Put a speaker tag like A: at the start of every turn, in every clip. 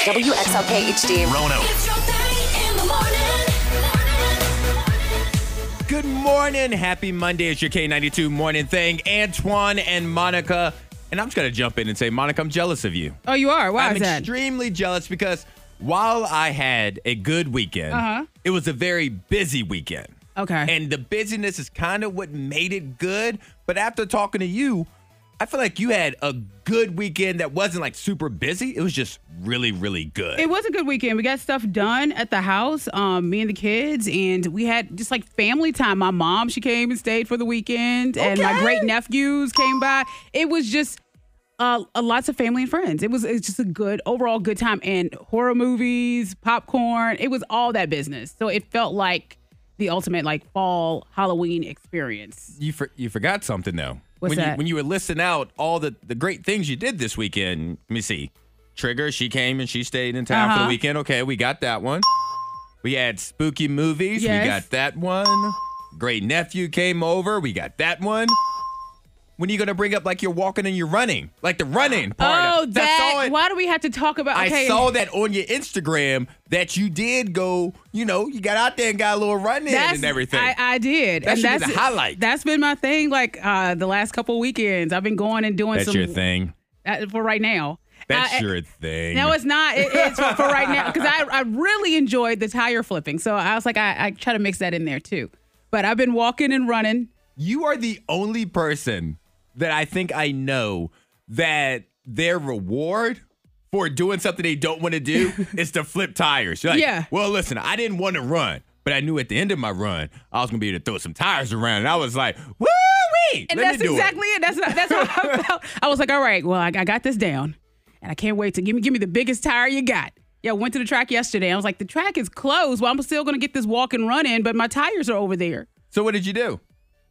A: WXLK HD.
B: Rono.
C: It's your thing in the morning.
B: Good morning. Happy Monday. It's your K92 morning thing. Antoine and Monica. And I'm just going to jump in and say, Monica, I'm jealous of you.
D: Oh, you are. Why
B: I'm
D: is that?
B: extremely jealous because while I had a good weekend,
D: Uh-huh.
B: it was a very busy weekend.
D: okay.
B: And the busyness is kind of what made it good. But after talking to you, I feel like you had a good weekend that wasn't like super busy. It was just really, really good.
D: it was a good weekend. We got stuff done at the house, um, me and the kids, and we had just like family time. My mom, she came and stayed for the weekend, and my great nephews came by. It was just uh, uh, lots of family and friends. It was it's just a good overall good time, and horror movies, popcorn. It was all that business. So it felt like the ultimate like fall Halloween experience.
B: you for, you forgot something though.
D: What's
B: when You,
D: that?
B: when you were listing out all the the great things you did this weekend, let me see. Trigger, she came and she stayed in town for the
D: Uh-huh.
B: weekend. Okay, we got that one. We had spooky movies. We
D: Yes.
B: got that one. Great nephew came over. We got that one. When are you gonna bring up like you're walking and you're running, like the running part?
D: Oh,
B: of- 'Cause I saw
D: that!
B: it-
D: Why do we have to talk about?
B: I
D: Okay,
B: saw that on your Instagram that you did go. You know, you got out there and got a little run in and everything.
D: I, I did.
B: That
D: and
B: should be
D: that's
B: the highlight.
D: That's been my thing. Like uh, the last couple weekends, I've been going and doing
B: That's
D: some
B: your thing.
D: uh, for right now.
B: That's
D: Uh,
B: your thing.
D: No, it's not. It- it's for for right now because I, I really enjoyed the tire flipping. So I was like, I, I try to mix that in there too. But I've been walking and running.
B: You are the only person that I think I know that their reward for doing something they don't want to do is to flip tires. You're like,
D: Yeah.
B: Well, listen, I didn't want to run, but I knew at the end of my run I was gonna be able to throw some tires around, and I was like, woo wee!
D: And that's exactly it. That's not, that's how I felt. I was like, all right, well, I, I got this down, and I can't wait to give me give me the biggest tire you got. Yeah, I went to the track yesterday. I was like, the track is closed. Well, I'm still gonna get this walk and run in, but my tires are over there.
B: So what did you do?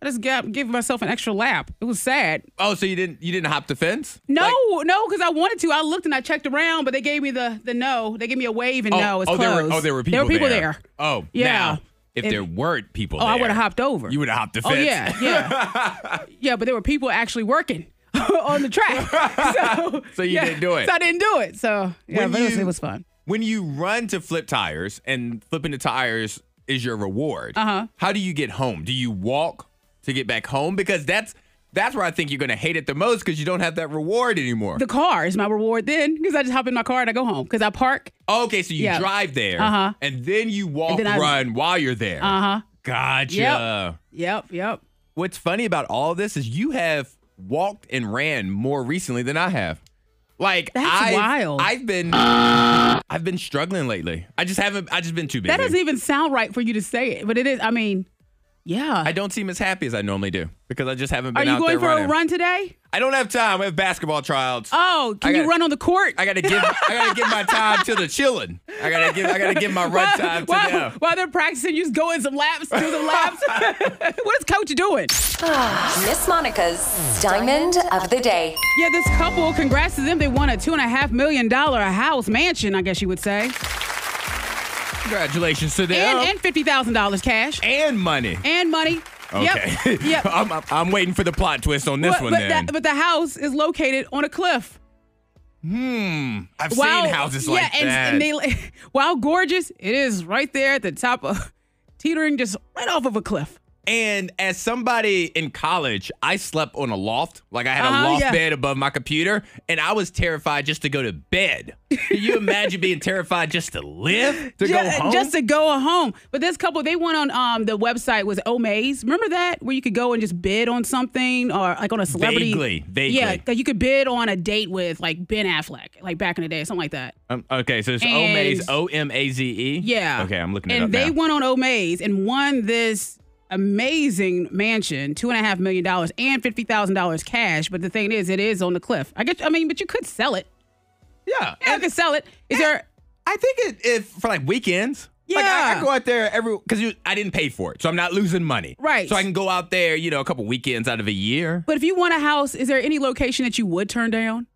D: I just got, gave myself an extra lap. It was sad.
B: Oh, so you didn't you didn't hop the fence?
D: No,
B: Like-
D: no, because I wanted to. I looked and I checked around, but they gave me the the no. They gave me a wave and
B: oh,
D: no. It's
B: oh,
D: closed.
B: There were, oh, there were people.
D: there.
B: Oh,
D: Yeah.
B: Now, if,
D: If-
B: there weren't people,
D: Oh, I
B: there,
D: would've hopped over.
B: You would have hopped the
D: Oh
B: fence.
D: yeah, yeah, yeah. But there were people actually working on the track. So,
B: So you
D: yeah.
B: didn't do it.
D: So I didn't do it. So yeah,
B: When
D: but it, was,
B: you-
D: it was fun.
B: when you run to flip tires and flipping the tires is your reward
D: Uh-huh.
B: how do you get home do you walk to get back home because that's that's where i think you're gonna hate it the most because you don't have that reward anymore
D: The car is my reward then because I just hop in my car and I go home because I park.
B: okay so you
D: Yeah.
B: drive there
D: Uh-huh.
B: and then you walk
D: then I-
B: run while you're there
D: Uh-huh.
B: gotcha
D: Yep. Yep, yep.
B: what's funny about all this is you have walked and ran more recently than I have. Like
D: That's
B: I've,
D: wild.
B: I've been I've been struggling lately. I just haven't I just been too busy.
D: That doesn't even sound right for you to say it, but it is. I mean, yeah.
B: I don't seem as happy as I normally do because I just haven't
D: Are
B: been
D: you
B: out
D: going
B: there
D: for
B: running.
D: a run today?
B: I don't have time. I have basketball trials.
D: Oh, can you
B: gotta-
D: run on the court?
B: I gotta give I gotta give my time to the chilling. I gotta give I gotta give my run time to
D: while,
B: them.
D: while they're practicing, you just go in some laps, do some laps. what is coach doing?
A: Miss Monica's Diamond of the Day.
D: Yeah, this couple, congrats to them. They won a two and a half million dollar house mansion, I guess you would say.
B: Congratulations to them.
D: And and fifty thousand dollars cash.
B: And money.
D: And money.
B: Okay.
D: Yep. Yep.
B: I'm, I'm- I'm waiting for the plot twist on this
D: but,
B: one
D: but
B: then.
D: the, but the house is located on a cliff.
B: Hmm. I've
D: Wow.
B: seen houses
D: yeah,
B: like
D: and,
B: that.
D: and they while gorgeous, it is right there at the top of teetering just right off of a cliff.
B: And as somebody in college, I slept on a loft. Like I had a
D: Uh-huh,
B: loft
D: yeah.
B: bed above my computer, and I was terrified just to go to bed. Can you imagine being terrified just to live, to
D: Ju-
B: go home?
D: Just to go home. But this couple, they went on um the website was Omaze. Remember that where you could go and just bid on something or like on a celebrity.
B: Vaguely, vaguely.
D: Yeah, 'cause you could bid on a date with like Ben Affleck, like back in the day, something like that.
B: Um, okay, so it's
D: And-
B: Omaze, O M A Z E.
D: Yeah.
B: Okay, I'm looking it
D: And
B: up
D: they
B: now.
D: went on Omaze and won this amazing mansion, two and a half million dollars and fifty thousand dollars cash. But the thing is, it is on the cliff. I guess I mean, but you could sell it.
B: yeah.
D: Yeah, I could sell it. Is there?
B: I think it if for like weekends. Like I, I
D: Yeah.
B: go out there every because I didn't pay for it, so I'm not losing money.
D: Right.
B: So I can go out there, you know, a couple weekends out of a year.
D: But if you want a house, is there any location that you would turn down?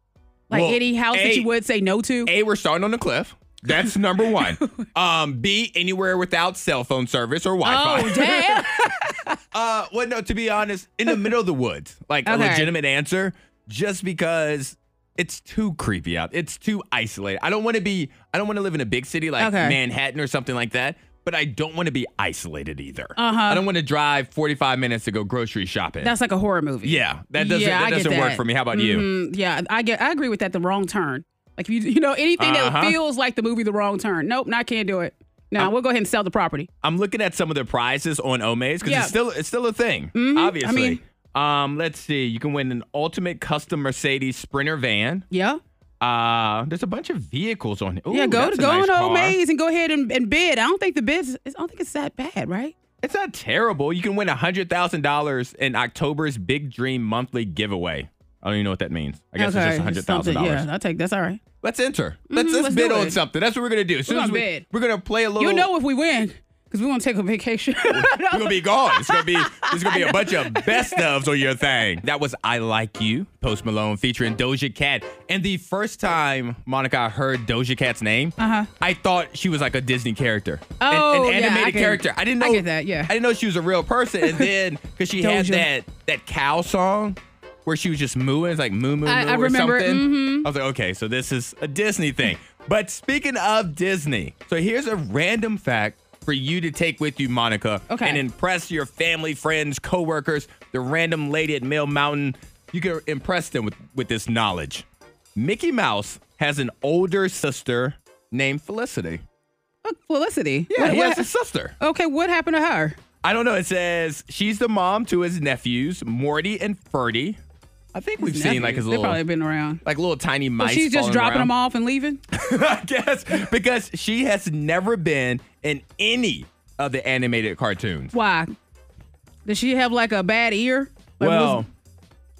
D: Like
B: Well,
D: any house that
B: A-
D: you would say no to?
B: A, we're starting on the cliff. That's number one. um, B, anywhere without cell phone service or Wi-Fi.
D: oh, damn.
B: Uh, well, no, to be honest, in the middle of the woods, like a
D: Okay.
B: legitimate answer, just because it's too creepy out. It's too isolated. I don't want to be. I don't want to live in a big city like
D: Okay.
B: Manhattan or something like that. But I don't want to be isolated either. Uh-huh. I don't want to drive 45 minutes to go grocery shopping.
D: That's like a horror movie.
B: yeah, that doesn't
D: Yeah, I
B: that
D: get
B: doesn't work
D: that.
B: for me. How about you?
D: Mm, yeah, I get. I agree with that. The wrong turn. Like if you, you know, anything
B: Uh-huh.
D: that feels like the movie, the wrong turn. Nope, I can't do it. No, we'll go ahead and sell the property.
B: I'm looking at some of the prizes on Omaze because
D: Yeah. Mm-hmm.
B: it's still it's still a thing. Obviously. um, let's see. You can win an ultimate custom Mercedes Sprinter van.
D: Yeah,
B: Uh, there's a bunch of vehicles on it. Ooh,
D: yeah. Go
B: that's a
D: go
B: nice
D: on
B: car.
D: Omaze and go ahead and, and bid. I don't think the bids. I don't think it's that bad, right?
B: It's not terrible. You can win hundred thousand dollars in October's Big Dream monthly giveaway. I don't even know what that means. I guess it's just hundred thousand
D: something.
B: dollars.
D: Yeah, I'll take that's all right.
B: Let's enter. Let's,
D: Mhm,
B: let's,
D: let's
B: bid
D: do
B: on
D: it.
B: something. That's what we're gonna do. As soon
D: We're
B: as
D: gonna
B: we,
D: bid.
B: We're gonna play a little.
D: You know if we win, because we want to take a vacation.
B: We're gonna be gone. It's gonna be there's gonna be a bunch of best ofs on your thing. That was I Like You, Post Malone featuring Doja Cat. And the first time Monica I heard Doja Cat's name, uh-huh. I thought she was like a Disney character. An- an,
D: Oh, yeah, I
B: animated
D: can-
B: character. I didn't know
D: I get that, yeah.
B: I didn't know she was a real person. And then because she had
D: Doja.
B: that that cow song where she was just mooing, it's like moo moo
D: I-
B: moo
D: I
B: or
D: remember,
B: something.
D: Mm-hmm.
B: I was like, okay, so this is a Disney thing. But speaking of Disney, so here's a random fact for you to take with you, Monica,
D: Okay.
B: and impress your family, friends, coworkers, the random lady at Mill Mountain. You can impress them with, with this knowledge. Mickey Mouse has an older sister named Felicity.
D: Look, Felicity.
B: Yeah,
D: What-
B: he
D: what-
B: has a sister.
D: okay, what happened to her?
B: I don't know. It says she's the mom to his nephews, Morty and Ferdy. I think we've seen like his
D: They've
B: little,
D: probably been around.
B: like little tiny
D: But
B: mice.
D: she's just
B: falling
D: dropping
B: around.
D: them off and leaving.
B: I guess because she has never been in any of the animated cartoons.
D: Why? Does she have like a bad ear? Like,
B: Well,
D: was-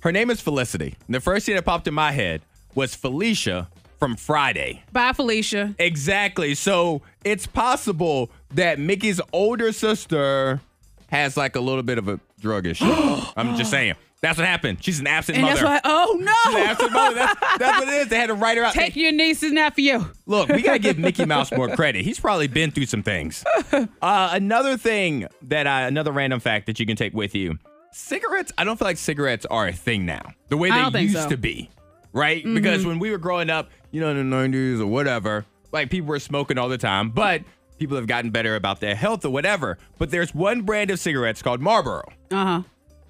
B: her name is Felicity. And the first thing that popped in my head was Felicia from Friday.
D: bye Felicia.
B: Exactly. So it's possible that Mickey's older sister has like a little bit of a drug issue. I'm just saying. That's what happened. She's an absent
D: And
B: mother.
D: that's why. Oh
B: She's an
D: no!
B: absent mother. That's, that's what it is. They had to write her out.
D: Take your niece and nephew.
B: Look, we gotta give Mickey Mouse more credit. He's probably been through some things. Uh, another thing that I, another random fact that you can take with you: cigarettes. I don't feel like cigarettes are a thing now, the way
D: I don't
B: they
D: think
B: used
D: so. Mm-hmm.
B: to be, right? Because when we were growing up, you know, in the nineties or whatever, like people were smoking all the time, but people have gotten better about their health or whatever. But there's one brand of cigarettes called Marlboro
D: Uh huh.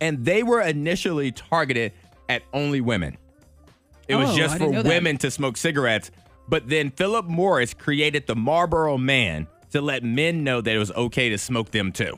B: and they were initially targeted at only women. It was
D: Oh,
B: just
D: I
B: for
D: didn't know that.
B: women to smoke cigarettes. But then Philip Morris created the Marlboro Man to let men know that it was okay to smoke them too.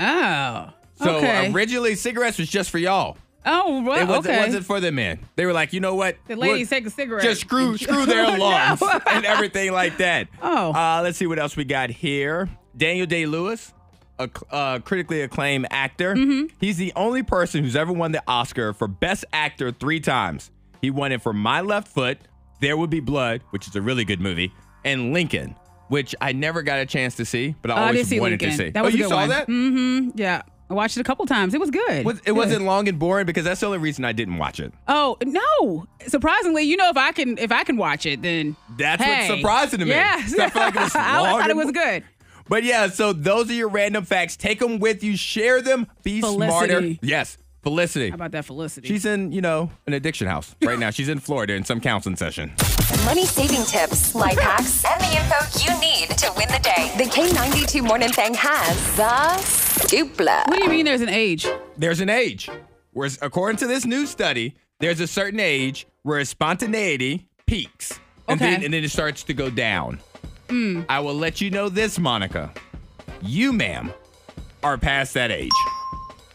D: Oh.
B: So
D: okay.
B: originally, cigarettes was just for y'all.
D: oh, well,
B: It wasn't,
D: okay.
B: wasn't for the men. They were like, you know what?
D: The ladies
B: We're-
D: take a cigarette.
B: Just screw
D: And-
B: screw their
D: No.
B: lungs and everything like that.
D: Oh.
B: Uh, let's see what else we got here. Daniel Day Lewis, a c- uh, critically acclaimed actor.
D: Mm-hmm.
B: He's the only person who's ever won the Oscar for Best Actor three times. He won it for My Left Foot, There Would Be Blood, which is a really good movie, and Lincoln, which I never got a chance to see, but I
D: Oh, I did
B: always
D: see
B: wanted
D: Lincoln.
B: to see.
D: That was
B: oh,
D: a
B: you
D: good
B: saw
D: one.
B: that?
D: Mm-hmm. Yeah. I watched it a couple times. It was good.
B: Was- It
D: Good.
B: wasn't long and boring because that's the only reason I didn't watch it.
D: Oh no! Surprisingly, you know, if I can if I can watch it, then
B: That's what's
D: hey.
B: surprising to me.
D: Yes,
B: 'Cause I felt like it was
D: I
B: long
D: thought it
B: and-
D: was good.
B: But yeah, so those are your random facts. Take them with you. Share them. Be
D: Felicity.
B: smarter. Yes, Felicity.
D: How about that Felicity?
B: She's in, you know, an addiction house right now. She's in Florida in some counseling session.
A: Money saving tips, life hacks, and the info you need to win the day. The K92 Morning Thing has the dupla.
D: what do you mean? There's an age?
B: There's an age. Where, according to this new study, there's a certain age where spontaneity peaks. And,
D: Okay. Hmm.
B: then, and then it starts to go down. I will let you know this, Monica. You, ma'am, are past that age.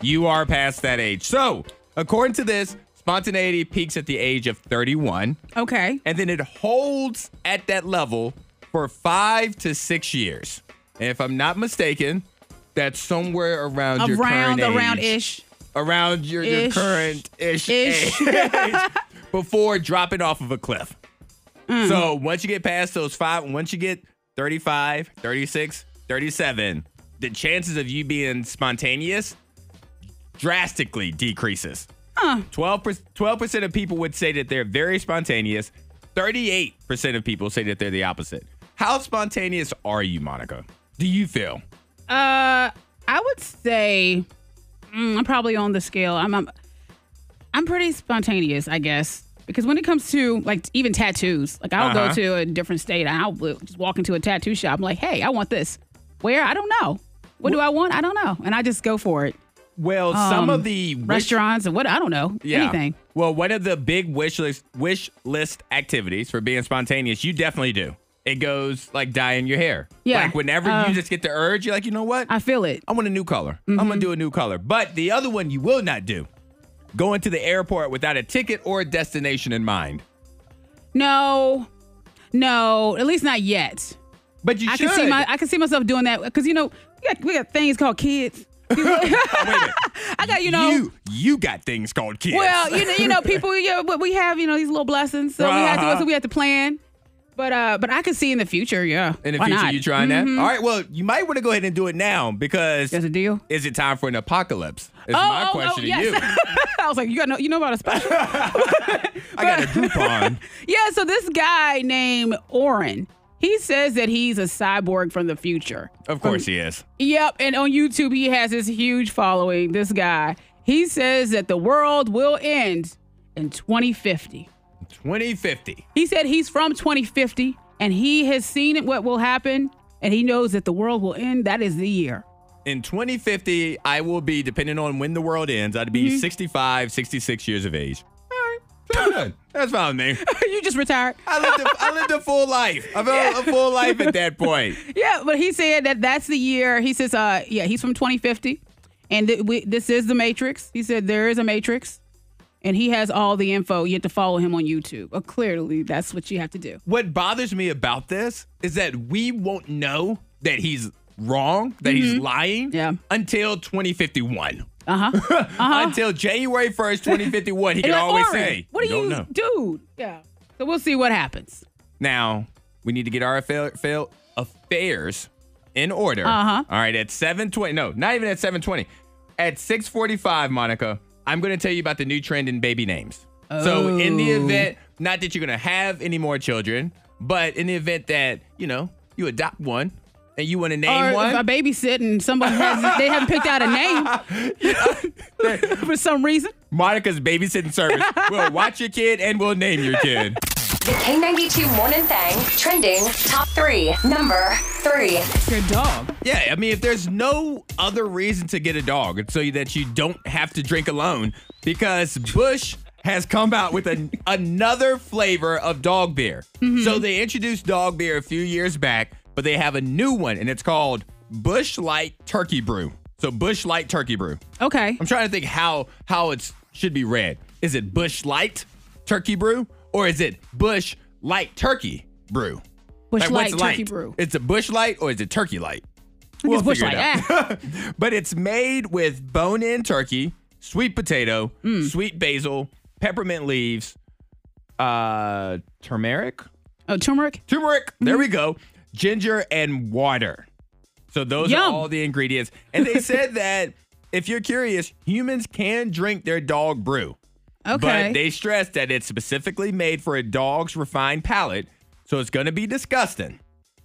B: You are past that age. So, according to this, spontaneity peaks at the age of 31.
D: Okay.
B: and then it holds at that level for five to six years. And if I'm not mistaken, that's somewhere around your
D: Around
B: current age.
D: around ish.
B: Around your, your
D: Ish.
B: current ish,
D: Ish.
B: age before dropping off of a cliff.
D: Mm.
B: So once you get past those five, once you get 35, 36, 37, the chances of you being spontaneous drastically decreases. 12 percent of people would say that they're very spontaneous. 38% of people say that they're the opposite. How spontaneous are you, Monica? Do you feel?
D: Uh, I would say mm, I'm probably on the scale. I'm, I'm I'm pretty spontaneous, I guess. Because when it comes to like even tattoos, like I'll
B: Uh-huh.
D: go to a different state and I'll bl- just walk into a tattoo shop. I'm like, hey, I want this. Where? I don't know. What do I want? I don't know. And I just go for it.
B: Well, some
D: Um,
B: of the wish-
D: restaurants and what? I don't know.
B: Yeah.
D: Anything.
B: Well, one of the big wish list wish list activities for being spontaneous, you definitely do. It goes like dyeing your hair.
D: Yeah.
B: Like whenever
D: Uh,
B: you just get the urge, you're like, you know what?
D: I Mm-hmm. feel it.
B: I want a new color. I'm gonna do a new color. But the other one you will not do. Going to the airport without a ticket or a destination in mind.
D: No, no, at least not yet.
B: But you
D: I
B: should
D: can see my I can see myself doing that because you know we got, we got things called kids. I got you know.
B: you you got things called kids.
D: Well, you know, you know, people. Yeah, but we have you know these little blessings, so we have
B: Uh-huh.
D: to. So we have to plan. But uh, but I could see in the future. Yeah,
B: in the
D: Why
B: future,
D: not? Mm-hmm.
B: you trying that? All right. Well, you might want to go ahead and do it now because
D: There's a deal.
B: is it time for an apocalypse? Is
D: Oh,
B: my
D: oh,
B: question
D: oh,
B: to
D: yes.
B: you.
D: I was like, you got no, you know about a special.
B: I got a Groupon.
D: Yeah, so this guy named Oren, he says that he's a cyborg from the future.
B: of course he is.
D: Yep, and on YouTube he has this huge following. This guy, he says that the world will end in 2050.
B: 2050.
D: He said he's from 2050 and he has seen what will happen and he knows that the world will end. That is the year.
B: In 2050, I will be, depending on when the world ends, I'd be
D: Mm-hmm.
B: 65, 66 years of age. All right. That's fine with me.
D: you just retired.
B: I lived, a, I lived a full life. I've lived a full life at that point.
D: Yeah, but he said that that's the year. He says, uh, yeah, he's from 2050, and th- we, this is the Matrix. He said there is a Matrix, and he has all the info. You have to follow him on YouTube. Uh, clearly, that's what you have to do.
B: What bothers me about this is that we won't know that he's wrong, that he's lying,
D: Mm-hmm. Yeah.
B: until 2051.
D: Uh huh.
B: Until January 1st, 2051, he can
D: And like,
B: always
D: Oren,
B: say,
D: "What do
B: don't
D: you,
B: know.
D: dude?" Yeah. So we'll see what happens.
B: Now, we need to get our affair, fail- affairs in order.
D: Uh-huh.
B: All right, at 720. No, not even at 720. At 645, Monica, I'm going to tell you about the new trend in baby names. So in the
D: Oh.
B: event, not that you're going to have any more children, but in the event that, you know, you adopt one and you want to name
D: or
B: one.
D: if I babysit and somebody has, they haven't picked out a name for some reason.
B: Monica's babysitting service will watch your kid and will name your kid.
A: The K92 Morning Thang trending top three. Number three.
D: Your dog.
B: Yeah, I mean, if there's no other reason to get a dog, it's so that you don't have to drink alone, because Bush has come out with an, another flavor of dog beer. So they introduced dog beer a few years back, but they have a new one, and it's called Bush Light Turkey Brew. So Bush Light Turkey Brew.
D: Okay.
B: I'm trying to think how how it should be read. Is it Bush Light Turkey Brew or is it Bush Light Turkey Brew?
D: Bush
B: Like,
D: Light
B: what's
D: Turkey
B: light?
D: Brew.
B: It's a Bush Light or is it Turkey Light?
D: it's Bush
B: figure
D: Light.
B: it out. but it's made with bone-in turkey, sweet potato,
D: Mm.
B: sweet basil, peppermint leaves, uh, turmeric,
D: Oh, turmeric.
B: turmeric. There
D: Mm-hmm.
B: we go. Ginger and water. So those
D: Yum.
B: are all the ingredients. And they said that if you're curious, humans can drink their dog brew.
D: Okay.
B: But they stressed that it's specifically made for a dog's refined palate, so it's going to be disgusting.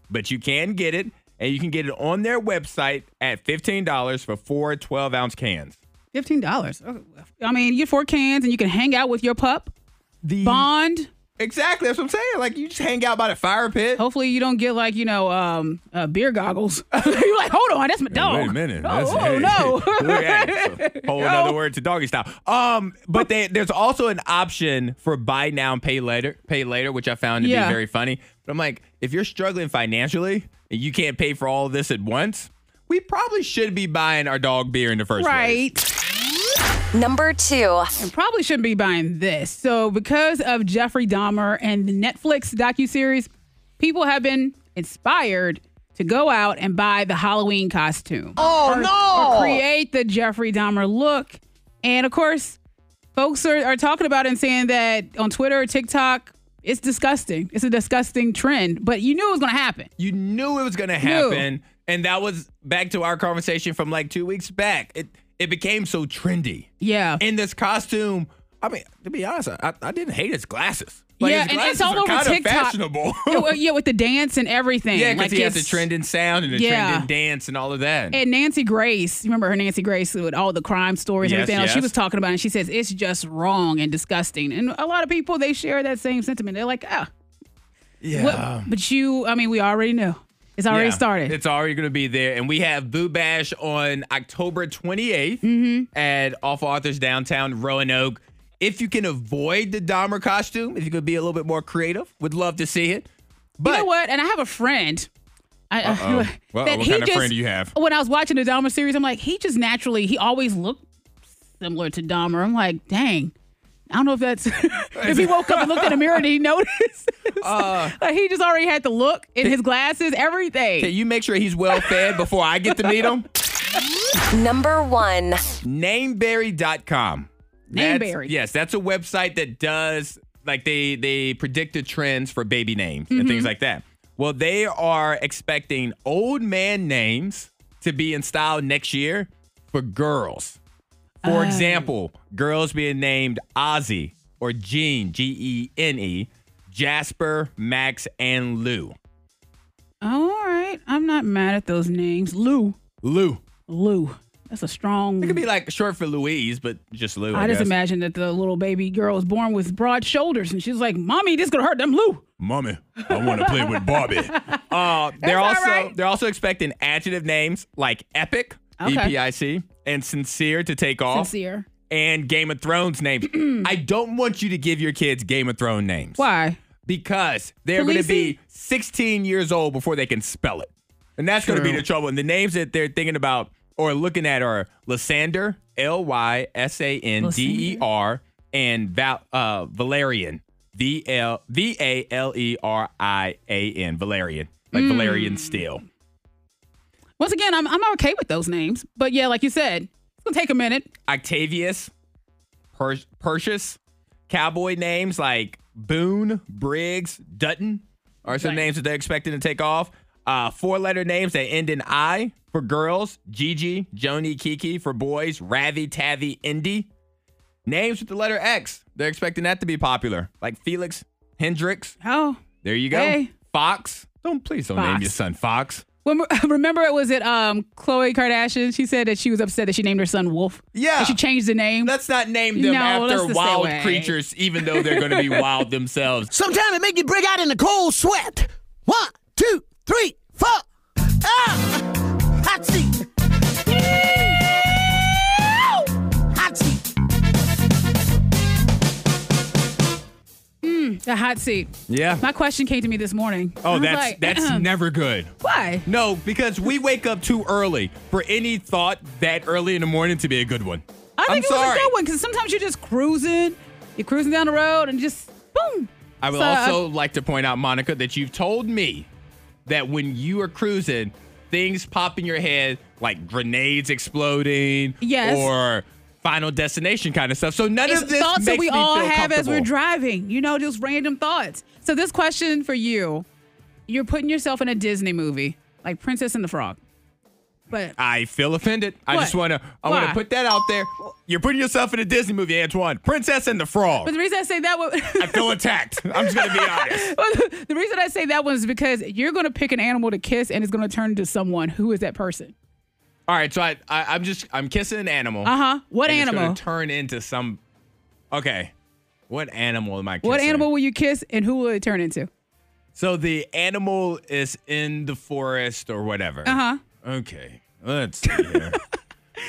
B: But you can get it, and you can get it on their website at $15 for four 12 ounce cans.
D: Fifteen dollars. Oh, I mean, you get four cans and you can hang out with your pup.
B: Mm-hmm. The
D: Bond.
B: Exactly. That's what I'm saying. Like, you just hang out by the fire pit.
D: Hopefully, you don't get like you know um, uh, beer goggles. You're like, hold on, that's my dog.
B: Wait a minute. That's-
D: Oh, oh,
B: hey,
D: no.
B: look at it. Whole other word to doggy style. Um, but they, there's also an option for buy now and pay later, pay later, which I found to
D: Yeah.
B: be very funny. But I'm like, if you're struggling financially and you can't pay for all of this at once, we probably should be buying our dog beer in the first place.
D: right.
A: Number two.
D: And probably shouldn't be buying this. So because of Jeffrey Dahmer and the Netflix docuseries, people have been inspired to go out and buy the Halloween costume.
B: Oh
D: or create the Jeffrey Dahmer look. And of course, folks are, are talking about it and saying that on Twitter or TikTok, it's disgusting. It's a disgusting trend, but you knew it was going to happen.
B: You knew it was gonna happen. And that was back to our conversation from like two weeks back. It it became so trendy.
D: Yeah.
B: in this costume. I mean, to be honest, I, I didn't hate his glasses. Like,
D: yeah,
B: his
D: and it's
B: glasses
D: all
B: are
D: over
B: kinda
D: TikTok.
B: Fashionable.
D: yeah, well, yeah, with the dance and everything.
B: yeah, because
D: like
B: he has
D: it's-
B: a trend in sound and a
D: Yeah.
B: trend in dance and all of that.
D: And Nancy Grace, you remember her Nancy Grace with all the crime stories and
B: Yes,
D: everything else she
B: yes.
D: was talking about, and she says it's just wrong and disgusting. And a lot of people they share that same sentiment. They're like, ah,
B: yeah.
D: what? but you, I mean, we already know. It's already
B: Yeah,
D: started.
B: It's already going to be there. And we have Boo Bash on October 28th
D: Mm-hmm.
B: at Awful Authors Downtown, Roanoke. If you can avoid the Dahmer costume, if you could be a little bit more creative, would love to see it. But
D: you know what? And I have a friend. I,
B: Uh-oh. Well, what kind of friend do you have?
D: When I was watching the Dahmer series, I'm like, he just naturally, he always looked similar to Dahmer. I'm like, dang. I don't know if that's if he woke up and looked in the mirror and he noticed.
B: Uh.
D: like he just already had the look in his glasses, everything.
B: can you make sure he's well fed before I get to meet him?
A: Number one.
B: Nameberry.com. That's-
D: Nameberry.
B: Yes, that's a website that does like they they predict the trends for baby names and
D: Mm-hmm.
B: things like that. Well, they are expecting old man names to be in style next year for girls.
D: Oh.
B: For example, girls being named Ozzy or Jean, G E N E, Jasper, Max, and Lou.
D: Oh, All right. I'm not mad at those names. Lou.
B: Lou.
D: Lou. That's a strong.
B: It could be like short for Louise, but just Lou. I,
D: I just
B: guess.
D: imagine that the little baby girl was born with broad shoulders and she's like, Mommy, this gonna hurt them Lou.
B: Mommy, I want to play with Bobby. Uh, they're
D: all
B: also
D: right.
B: they're also expecting adjective names like epic,
D: Okay.
B: E P I C, and sincere to take off,
D: Sincere.
B: and Game of Thrones names. I don't want you to give your kids Game of Thrones names.
D: Why?
B: Because they're going to be
D: Khaleesi?
B: 16 years old before they can spell it, and that's going to be
D: True.
B: the trouble. And the names that they're thinking about or looking at are Lysander, L Y S A N D E R, and Val- uh, Valerian, V L V A L E R I A N, Valerian, like Valerian Steel.
D: Once again, I'm, I'm okay with those names. But yeah, like you said, it's gonna take a minute.
B: Octavius, per- Perseus, cowboy names like Boone, Briggs, Dutton are some
D: Right.
B: names that they're expecting to take off. Uh, Four letter names that end in I for girls Gigi, Joni, Kiki for boys, Ravi, Tavi, Indy. Names with the letter X, they're expecting that to be popular, like Felix, Hendrix.
D: Oh.
B: There you go.
D: Hey.
B: Fox. Don't please don't name
D: Fox.
B: your son Fox.
D: When, remember it was it um Chloe Kardashian? She said that she was upset that she named her son Wolf.
B: Yeah.
D: And she changed the name.
B: Let's not name them
D: No, let's
B: after
D: just stay
B: wild
D: away.
B: creatures, even though they're going to be wild themselves.
E: Sometimes it make you break out in a cold sweat. One, two, three, four. Ah! Hot seat. Hot seat.
D: the hot seat.
B: Yeah.
D: My question came to me this morning. I
B: Oh,
D: was
B: that's
D: like,
B: that's never good.
D: why?
B: No, because we wake up too early for any thought that early in the morning to be a good one.
D: I
B: am
D: think it was
B: sorry.
D: a good one because sometimes you're just cruising, you're cruising down the road and just boom.
B: I would
D: So, uh,
B: also like to point out, Monica, that you've told me that when you are cruising, things pop in your head like grenades exploding,
D: Yes.
B: or Final Destination kind of stuff. So none
D: It's
B: of this
D: thoughts
B: makes
D: that we
B: me
D: all
B: feel
D: have as we're
B: comfortable.
D: driving, you know, just random thoughts. So, this question for you you're putting yourself in a Disney movie, like Princess and the Frog. But
B: I feel offended. I
D: What?
B: just want to. I want
D: Why?
B: to put that out there. You're putting yourself in a Disney movie, Antoine. Princess and the Frog.
D: but the reason I say that one,
B: I feel attacked. I'm just gonna be honest.
D: the reason I say that one is because you're going to pick an animal to kiss and it's going to turn into someone. Who is that person?
B: All right, so I, I I'm just I'm kissing an animal.
D: Uh huh. What
B: and It's
D: animal?
B: gonna turn into some. Okay, what animal am I? Kissing?
D: What animal will you kiss and who will it turn into?
B: So the animal is in the forest or whatever. Uh
D: Uh-huh.
B: huh. Okay, let's see here.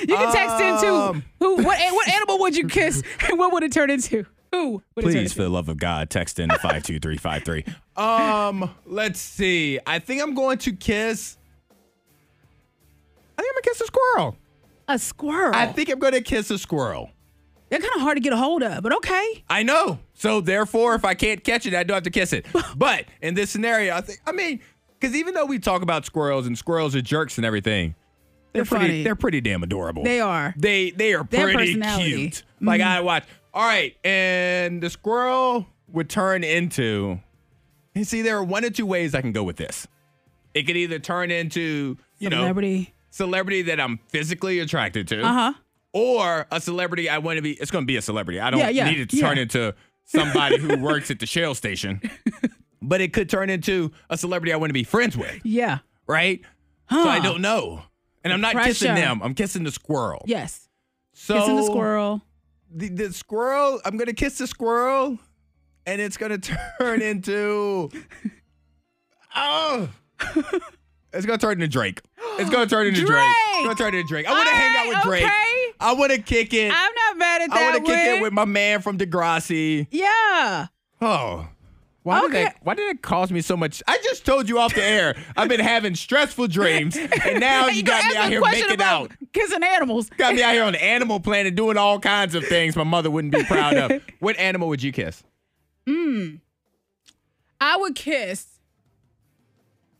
D: You can text in
B: Um,
D: too. Who? What? What animal would you kiss? And what would it turn into? Who? Would it turn
B: Please,
D: into?
B: for the love of God, text in five two three five three. Um, let's see. I think I'm going to kiss. I think I'm gonna kiss a squirrel.
D: A squirrel.
B: I think I'm gonna kiss a squirrel.
D: they're kind of hard to get a hold of, but okay.
B: I know. So therefore, if I can't catch it, I don't have to kiss it. But in this scenario, I think I mean, because even though we talk about squirrels and squirrels are jerks and everything, they're,
D: They're
B: pretty.
D: funny.
B: They're pretty damn adorable.
D: They are.
B: They they are
D: Their
B: pretty
D: personality. Mm-hmm.
B: cute. Like I watch. All right, and the squirrel would turn into. You see, there are one or two ways I can go with this. It could either turn into you know
D: Celebrity.
B: celebrity that I'm physically attracted to.
D: Uh huh.
B: or a celebrity I want to be. It's going to be a celebrity. I don't
D: Yeah, yeah,
B: need it to
D: yeah.
B: turn into somebody who works at the Shell station, but it could turn into a celebrity I want to be friends with,
D: Yeah.
B: right? So I don't know. And I'm not kissing
D: Pressure.
B: them. I'm kissing the squirrel.
D: Yes.
B: so
D: Kissing the squirrel.
B: The, the squirrel, I'm going to kiss the squirrel and it's going to turn into. oh. it's going to turn into Drake. It's going to turn into Drake. It's
D: Drake!
B: going to turn into Drake. I want to
D: All
B: hang out
D: right,
B: with Drake.
D: okay.
B: I want to kick it.
D: I'm not mad at
B: I
D: that.
B: want to kick it
D: one.
B: with my man from Degrassi.
D: Yeah.
B: Oh. Why did
D: Okay.
B: that why did it cause me so much? I just told you off the air. I've been having stressful dreams. And now Oh, you, got
D: gonna
B: me
D: ask
B: out
D: a
B: here
D: question
B: making
D: about
B: out.
D: Kissing animals.
B: Got me out here on the animal planet doing all kinds of things my mother wouldn't be proud of. What animal would you kiss?
D: I would kiss.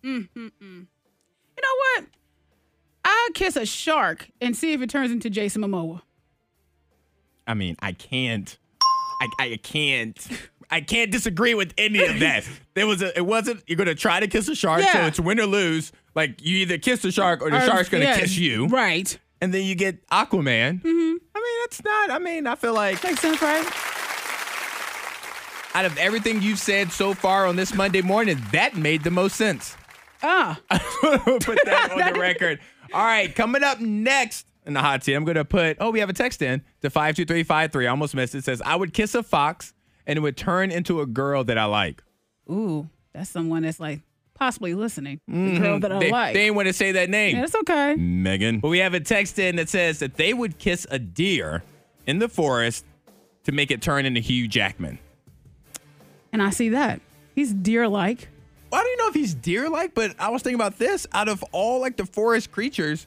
D: Mm-mm-mm. You know what? I'll kiss a shark and see if it turns into Jason Momoa.
B: I mean, I can't. I, I can't. I can't disagree with any of that. There was a. It wasn't. You're gonna try to kiss a shark, so
D: Yeah. Um,
B: it's win or lose. Like you either kiss the shark or the
D: Or-
B: shark's gonna
D: yeah,
B: kiss you,
D: Right.
B: and then you get Aquaman. Mm-hmm. I mean, that's not. I mean, I feel like
D: Makes sense, right?
B: out of everything you've said so far on this Monday morning, that made the most sense.
D: Ah.
B: put that on the record. All right, coming up next in the hot seat, I'm going to put, oh, we have a text in to 52353. I almost missed it. It says, I would kiss a fox and it would turn into a girl that I like.
D: Ooh, that's someone that's like possibly listening. The girl that I
B: Mm-hmm. they,
D: like.
B: they ain't want to say that name.
D: yeah, that's okay.
B: Megan. But we have a text in that says that they would kiss a deer in the forest to make it turn into Hugh Jackman.
D: And I see that. He's deer like.
B: Well, I don't even know if he's deer like, but I was thinking about this. Out of all like the forest creatures,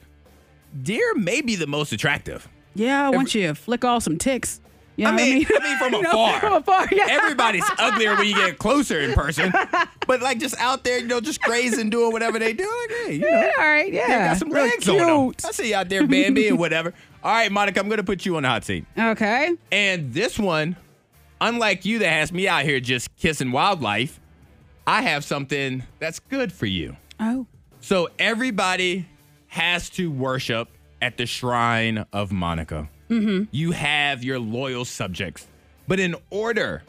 B: deer may be the most attractive.
D: Yeah, I want you to flick off some ticks. You know
B: I mean,
D: what
B: I mean from
D: You know,
B: afar.
D: from afar, yeah.
B: Everybody's uglier when you get closer in person. But like just out there, you know, just grazing, doing whatever they do. Like, hey, you know,
D: Yeah, all right, yeah.
B: they got some
D: They're
B: legs on them.
D: cute.
B: I see you out there, Bambi, and whatever. All right, Monica, I'm gonna put you on the hot seat.
D: Okay.
B: And this one, unlike you that has me out here just kissing wildlife, I have something that's good for you.
D: Oh.
B: So everybody has to worship at the shrine of Monica. You have your loyal subjects. But in order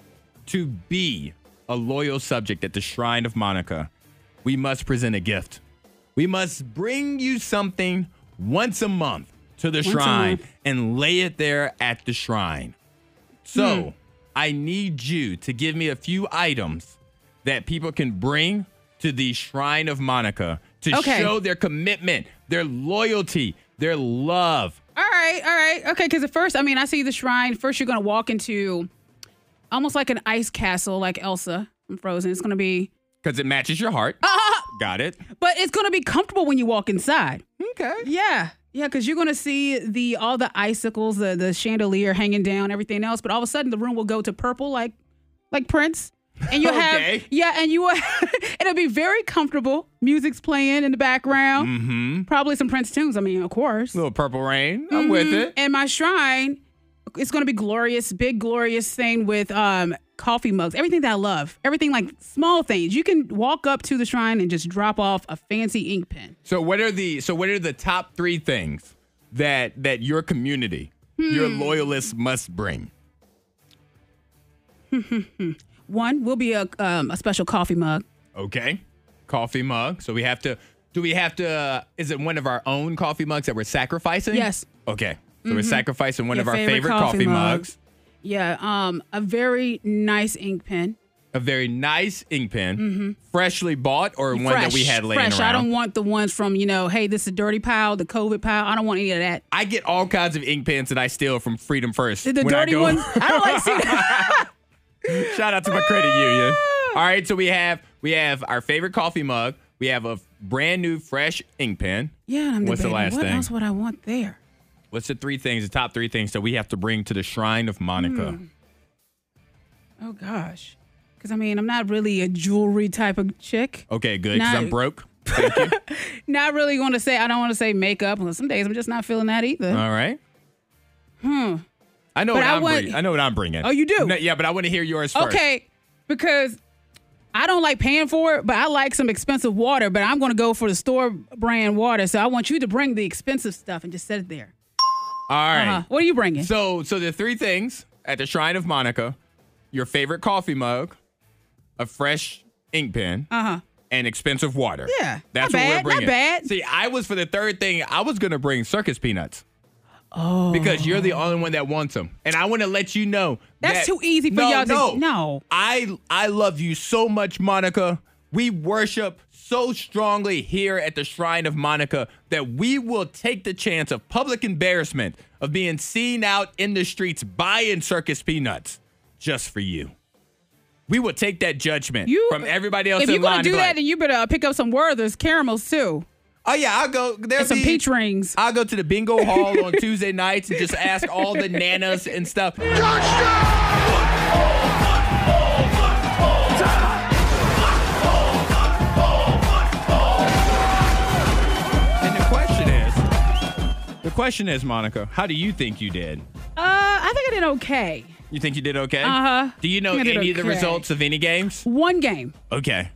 B: to be a loyal subject at the shrine of Monica, we must present a gift. We must bring you something once a month to the shrine
D: month.
B: and lay it there at the shrine. So I need you to give me a few items that people can bring to the Shrine of Monica to
D: Okay.
B: show their commitment, their loyalty, their love.
D: All right, all right, okay. Because at first, I mean, I see the shrine. First, you're gonna walk into almost like an ice castle, like Elsa from Frozen. It's gonna be,
B: Because it matches your heart. Got it.
D: but it's gonna be comfortable when you walk inside.
B: Okay.
D: Yeah, yeah, because you're gonna see the all the icicles, the the chandelier hanging down, everything else. But all of a sudden, the room will go to purple, like like Prince, and you'll
B: Okay.
D: have yeah, and you will it'll be very comfortable. Music's playing in the background, mm-hmm. probably some Prince tunes. I mean, of course.
B: Little purple rain. I'm with it.
D: And my shrine, it's going to be glorious, big glorious thing with um coffee mugs, everything that I love, everything like small things. You can walk up to the shrine and just drop off a fancy ink pen.
B: So what are the so what are the top three things that that your community, your loyalists must bring?
D: One will be a um, a special coffee mug.
B: Okay. Coffee mug. So we have to. Do we have to? Uh, is it one of our own coffee mugs that we're sacrificing?
D: Yes.
B: Okay. So we're sacrificing one
D: Your
B: of our favorite, coffee, mugs.
D: Yeah, um, a very nice ink pen.
B: A very nice ink pen, freshly bought, or one that we
D: Mm-hmm. Fresh,
B: had laying
D: fresh.
B: around.
D: I don't want the ones from you know, hey, this is a dirty pile, the COVID pile. I don't want any of that.
B: I get all kinds of ink pens that I steal from Freedom First.
D: The, the
B: when I
D: dirty
B: go-
D: ones. I don't like seeing that.
B: Shout out to my credit union.
D: Ah!
B: All right, so we have we have our favorite coffee mug. We have a brand new fresh ink pen.
D: Yeah, and I'm
B: What's the
D: debating,
B: last
D: what
B: thing?
D: else would I want there?
B: What's the three things, the top three things that we have to bring to the shrine of Monica?
D: Hmm. Oh gosh. Cause I mean, I'm not really a jewelry type of chick.
B: Okay, good. Because
D: Now-
B: I'm broke.
D: Not really going to say I don't want to say makeup. Well, some days I'm just not feeling that either.
B: All right. Hmm. I know
D: But
B: what
D: I
B: I am
D: want-
B: bringing. I know what I'm bringing.
D: Oh, you do?
B: No, yeah, but I want to hear yours first.
D: okay, because I don't like paying for it, but I like some expensive water. But I'm going to go for the store brand water. So I want you to bring the expensive stuff and just set it there.
B: All right.
D: Uh-huh. What are you bringing?
B: So, so the three things at the Shrine of Monica: your favorite coffee mug, a fresh ink pen,
D: Uh-huh.
B: and expensive water.
D: Yeah.
B: that's what
D: Not bad,
B: we're
D: not
B: bringing.
D: bad.
B: See, I was for the third thing. I was gonna bring circus peanuts. Oh. Because you're the only one that wants them, and I want to let you know
D: That's
B: that-
D: too easy for
B: no,
D: y'all to-
B: No,
D: no.
B: I I love you so much, Monica. We worship so strongly here at the Shrine of Monica that we will take the chance of public embarrassment of being seen out in the streets buying circus peanuts just for you. We will take that judgment
D: You
B: from everybody else
D: If
B: in
D: you're
B: line.
D: gonna
B: and
D: do
B: be
D: that,
B: like,
D: then you better uh, pick up some Werther's caramels too,
B: oh yeah, I'll go. There's
D: and some peach rings.
B: I'll go to the bingo hall on Tuesday nights and just ask all the nanas and stuff. And the question is, the question is, Monica, how do you think you did?
D: Uh, I think I did okay.
B: You think you did okay?
D: Uh-huh.
B: Do you know
D: I
B: any
D: did
B: of the
D: okay.
B: results of any games?
D: One game.
B: Okay.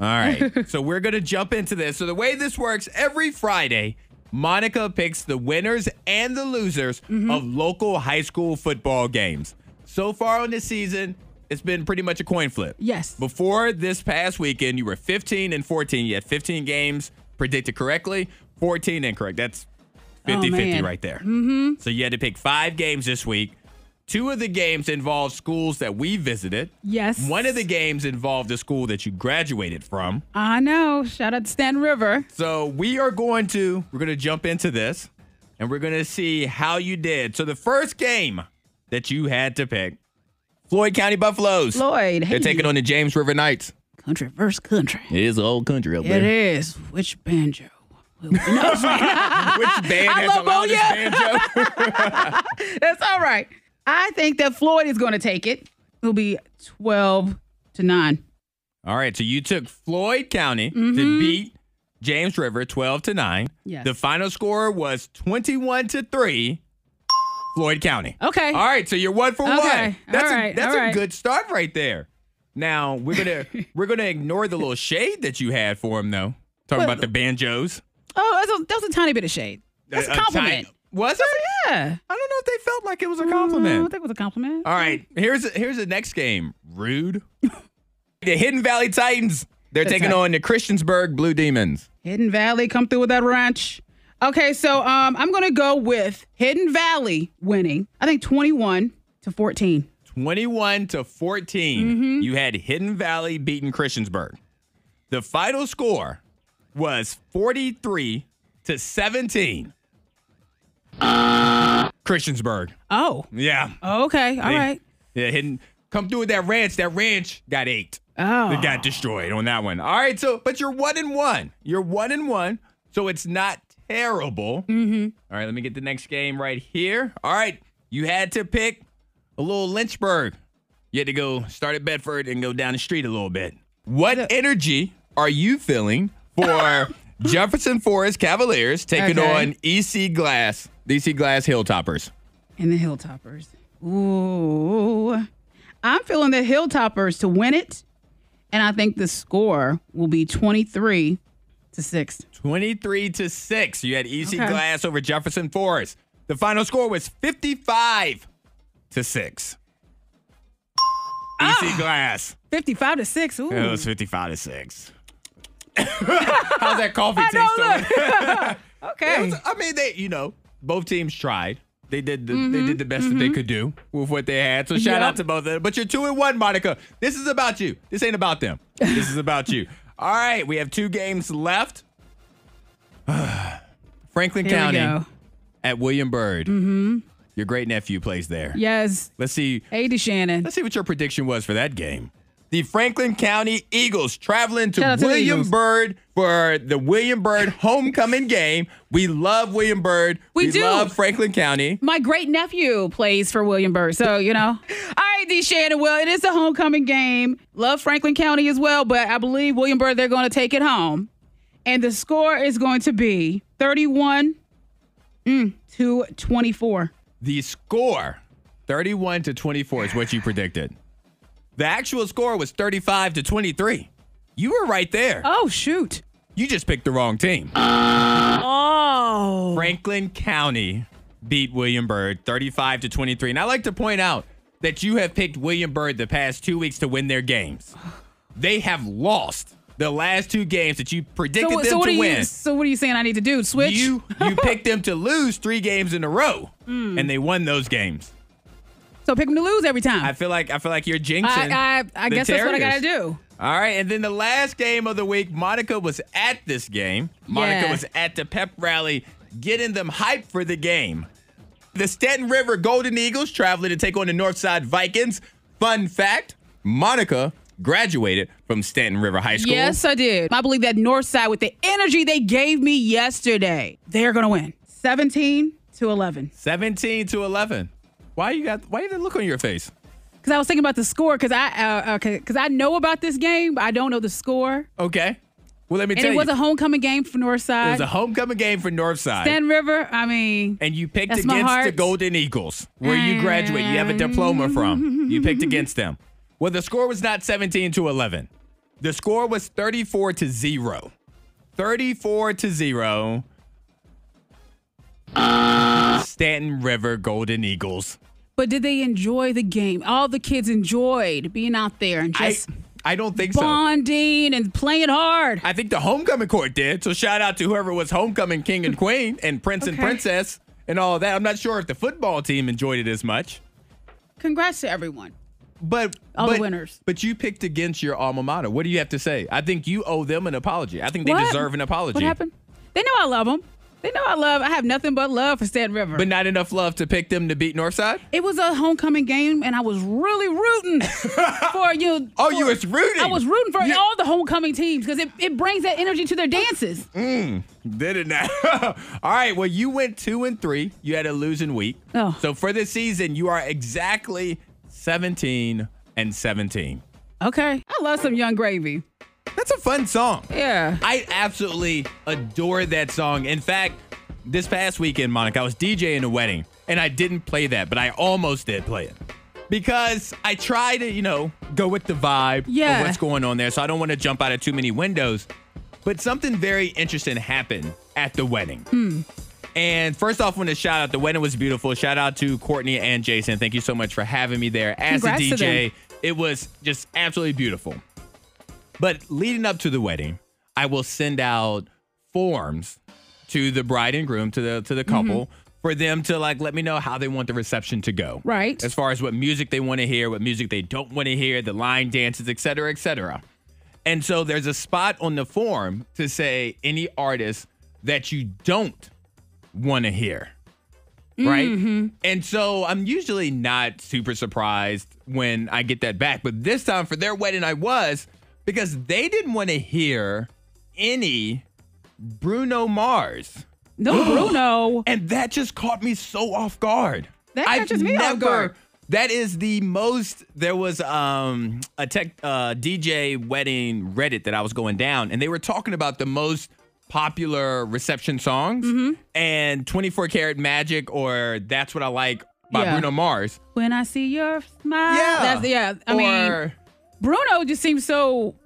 B: All right. so we're going to jump into this. So the way this works, every Friday, Monica picks the winners and the losers
D: Mm-hmm.
B: of local high school football games. So far on this season, it's been pretty much a coin flip.
D: Yes.
B: Before this past weekend, you were 15 and 14. You had 15 games predicted correctly, 14 incorrect. That's 50 50
D: Oh, man.
B: right there. Mm-hmm. So you had to pick five games this week. Two of the games involved schools that we visited.
D: Yes. Uh,
B: One of the games involved the school that you graduated from.
D: I know. Shout out to Stan River.
B: So we are going to we're going to jump into this and we're going to see how you did. So the first game that you had to pick Floyd County Buffaloes.
D: Floyd,
B: They're
D: hey.
B: taking on the James River Knights.
D: Country versus country.
B: It is the old country up
D: It is. Which banjo? No,
B: Which band
D: I
B: has the
D: love
B: loudest
D: Booyah.
B: banjo?
D: that's all right. I think that Floyd is going to take it. It'll be 12 to 9.
B: All right, so you took Floyd County to beat James River 12 to 9.
D: Mm-hmm. Yes.
B: The final score was 21 to 3. Floyd County.
D: Okay.
B: All right, so you're one for
D: Okay,
B: one. That's
D: all
B: a
D: right,
B: that's
D: all
B: a
D: right.
B: good start right there. Now, we're going to we're going to ignore the little shade that you had for him though. Talking about the banjos.
D: Oh, that's a, that was a tiny bit of shade. That's a,
B: tiny-
D: compliment. Mm-hmm.
B: was it?
D: yeah.
B: I don't know if they felt like it was a
D: I
B: compliment.
D: don't think it was a compliment.
B: All right, here's here's the next game. Rude. the Hidden Valley Titans. They're
D: The
B: taking
D: Titans.
B: on the Christiansburg Blue Demons.
D: Hidden Valley, come through with that ranch. Okay, so um, I'm going to go with Hidden Valley winning. I think 21 to 14.
B: 21 to 14. You had Hidden Valley beating Christiansburg. The final score was 43 to 17. Christiansburg.
D: Oh,
B: Yeah.
D: okay. All
B: They-
D: right.
B: Yeah, Hidden come through with that ranch. That ranch got ate.
D: Oh.
B: It got destroyed on that one. All right, so but you're one and one. You're one and one, so it's not terrible. Mm-hmm. All right, let me get the next game right here. All right, you had to pick a little Lynchburg. You had to go start at Bedford and go down the street a little bit. What energy are you feeling for Jefferson Forest Cavaliers taking
D: Okay.
B: on EC Glass, DC Glass Hilltoppers?
D: And the Hilltoppers. Ooh. I'm feeling the Hilltoppers to win it. And I think the score will be 23 to 6.
B: 23 to 6. You had EC
D: Okay.
B: Glass over Jefferson Forest. The final score was 55 to 6.
D: Ah!
B: EC Glass.
D: 55 to 6. Ooh.
B: It was 55 to 6. How's that coffee
D: I
B: taste? over
D: know,
B: there?
D: look. okay.
B: It was- I mean, they, you know, both teams tried. They did the
D: Mm-hmm.
B: they did the best that they could do with what they had. So shout
D: Yep.
B: out to both of them. But you're two and one, Monica. This is about you. This ain't about them. This is about you. All right, we have two games left. Franklin
D: Here we
B: County
D: go. Mm-hmm.
B: at William Byrd. Your great nephew plays there.
D: Yes.
B: Let's see.
D: AD Shannon.
B: Let's see what your prediction was for that game. The Franklin County Eagles traveling
D: Shout
B: to
D: out to the
B: William
D: Eagles.
B: Byrd for the William Byrd homecoming game. We love William Byrd.
D: We do.
B: love Franklin County.
D: My great nephew plays for William Byrd, so you know. All right, D. Shannon. Well, it is a homecoming game. Love Franklin County as well, but I believe William Byrd they're going to take it home, and the score is going to be thirty-one mm, to twenty-four.
B: The score 31 to 24 is what you predicted. The actual score was 35 to 23. You were right there.
D: Oh shoot!
B: You just picked the wrong team.
D: Oh,
B: Franklin County beat William Byrd 35 to 23. And I like to point out that you have picked William Byrd the past two weeks to win their games. They have lost the last two games that you predicted
D: So,
B: them
D: so what
B: to
D: are you?
B: win.
D: So what are you saying? I need to do switch.
B: You you picked them to lose three games in a row,
D: Hmm.
B: and they won those games.
D: so pick them to lose
B: I
D: every time.
B: feel like I feel like you're jinxing.
D: I I, I
B: the
D: guess that's what I gotta
B: Terriers.
D: do.
B: All right, and then the last game of the week, Monica was at this game. Monica
D: Yeah.
B: was at the pep rally, getting them hyped for the game. The Staten River Golden Eagles traveling to take on the Northside Vikings. Fun fact: Monica graduated from Staten River High School.
D: Yes, I did. I believe that North Side with the energy they gave me yesterday, they're gonna win. 17 to 11.
B: seventeen to eleven. Why you got? Why you have that look on your face?
D: Because I was thinking about the score. Because I uh, because I know about this game, but I don't know the score.
B: Okay. Well, let me
D: And
B: tell
D: it
B: you,
D: was a homecoming game for
B: it
D: Northside.
B: was a homecoming game for Northside.
D: Stan River. I mean,
B: and you picked
D: That's my
B: against the
D: heart.
B: Golden Eagles, where you graduate, you have a diploma from. You picked against them. Well, the score was not 17 to 11. The score was 34 to 0. 34 to 0. Stanton River Golden Eagles.
D: but did they enjoy the game? All the kids enjoyed being out there and
B: I,
D: just
B: I don't think so.
D: bonding and playing hard.
B: I think the homecoming court did. So shout out to whoever was homecoming king and queen and prince and
D: Okay.
B: princess and all that. I'm not sure if the football team enjoyed it as much.
D: Congrats to everyone.
B: But
D: All the
B: but-
D: winners.
B: But you picked against your alma mater. What do you have to say? I think you owe them an apology. I think they
D: What?
B: deserve an apology.
D: What happened? They know I love them. They know I love. I have nothing but love for Stan River.
B: But not enough love to pick them to beat Northside.
D: it was a homecoming game, and I was really rooting for you.
B: Oh, you
D: for-
B: was rooting.
D: I was rooting for
B: You-
D: all the homecoming teams because it, it brings that energy to their dances.
B: Did it now? all right. Well, you went two and three. You had a losing week.
D: Oh.
B: So for this season, you are exactly seventeen and seventeen.
D: Okay, I love some Young Gravy.
B: That's a fun song.
D: Yeah.
B: I absolutely adore that song. In fact, this past weekend, Monica, I was DJing a wedding and I didn't play that, but I almost did play it because I try to, you know, go with the vibe of
D: Yeah.
B: what's going on there. So I don't want to jump out of too many windows. But something very interesting happened at the wedding. And first off, want to shout out the wedding was beautiful. Shout out to Courtney and Jason. Thank you so much for having me there as
D: Congrats
B: a
D: to
B: DJ. It was just absolutely beautiful. But leading up to the wedding, I will send out forms to the bride and groom to the to the couple for them to like let me know how they want the reception to go.
D: Right.
B: As far as what music they want to hear, what music they don't want to hear, the line dances, et cetera, et cetera. And so there's a spot on the form to say any artist that you don't want to hear. Right? And so I'm usually not super surprised when I get that back. But this time for their wedding, I was because they didn't want to hear any Bruno Mars.
D: No, Bruno.
B: And that just caught me so off guard.
D: That catches me off guard.
B: That is the most. There was um, a tech uh, DJ wedding Reddit that I was going down, and they were talking about the most popular reception songs,
D: Mm-hmm.
B: and 24 Karat Magic or That's What I Like by
D: Yeah.
B: Bruno Mars.
D: When I see your smile. That's, yeah. I mean,
B: Or-
D: Bruno just seems so.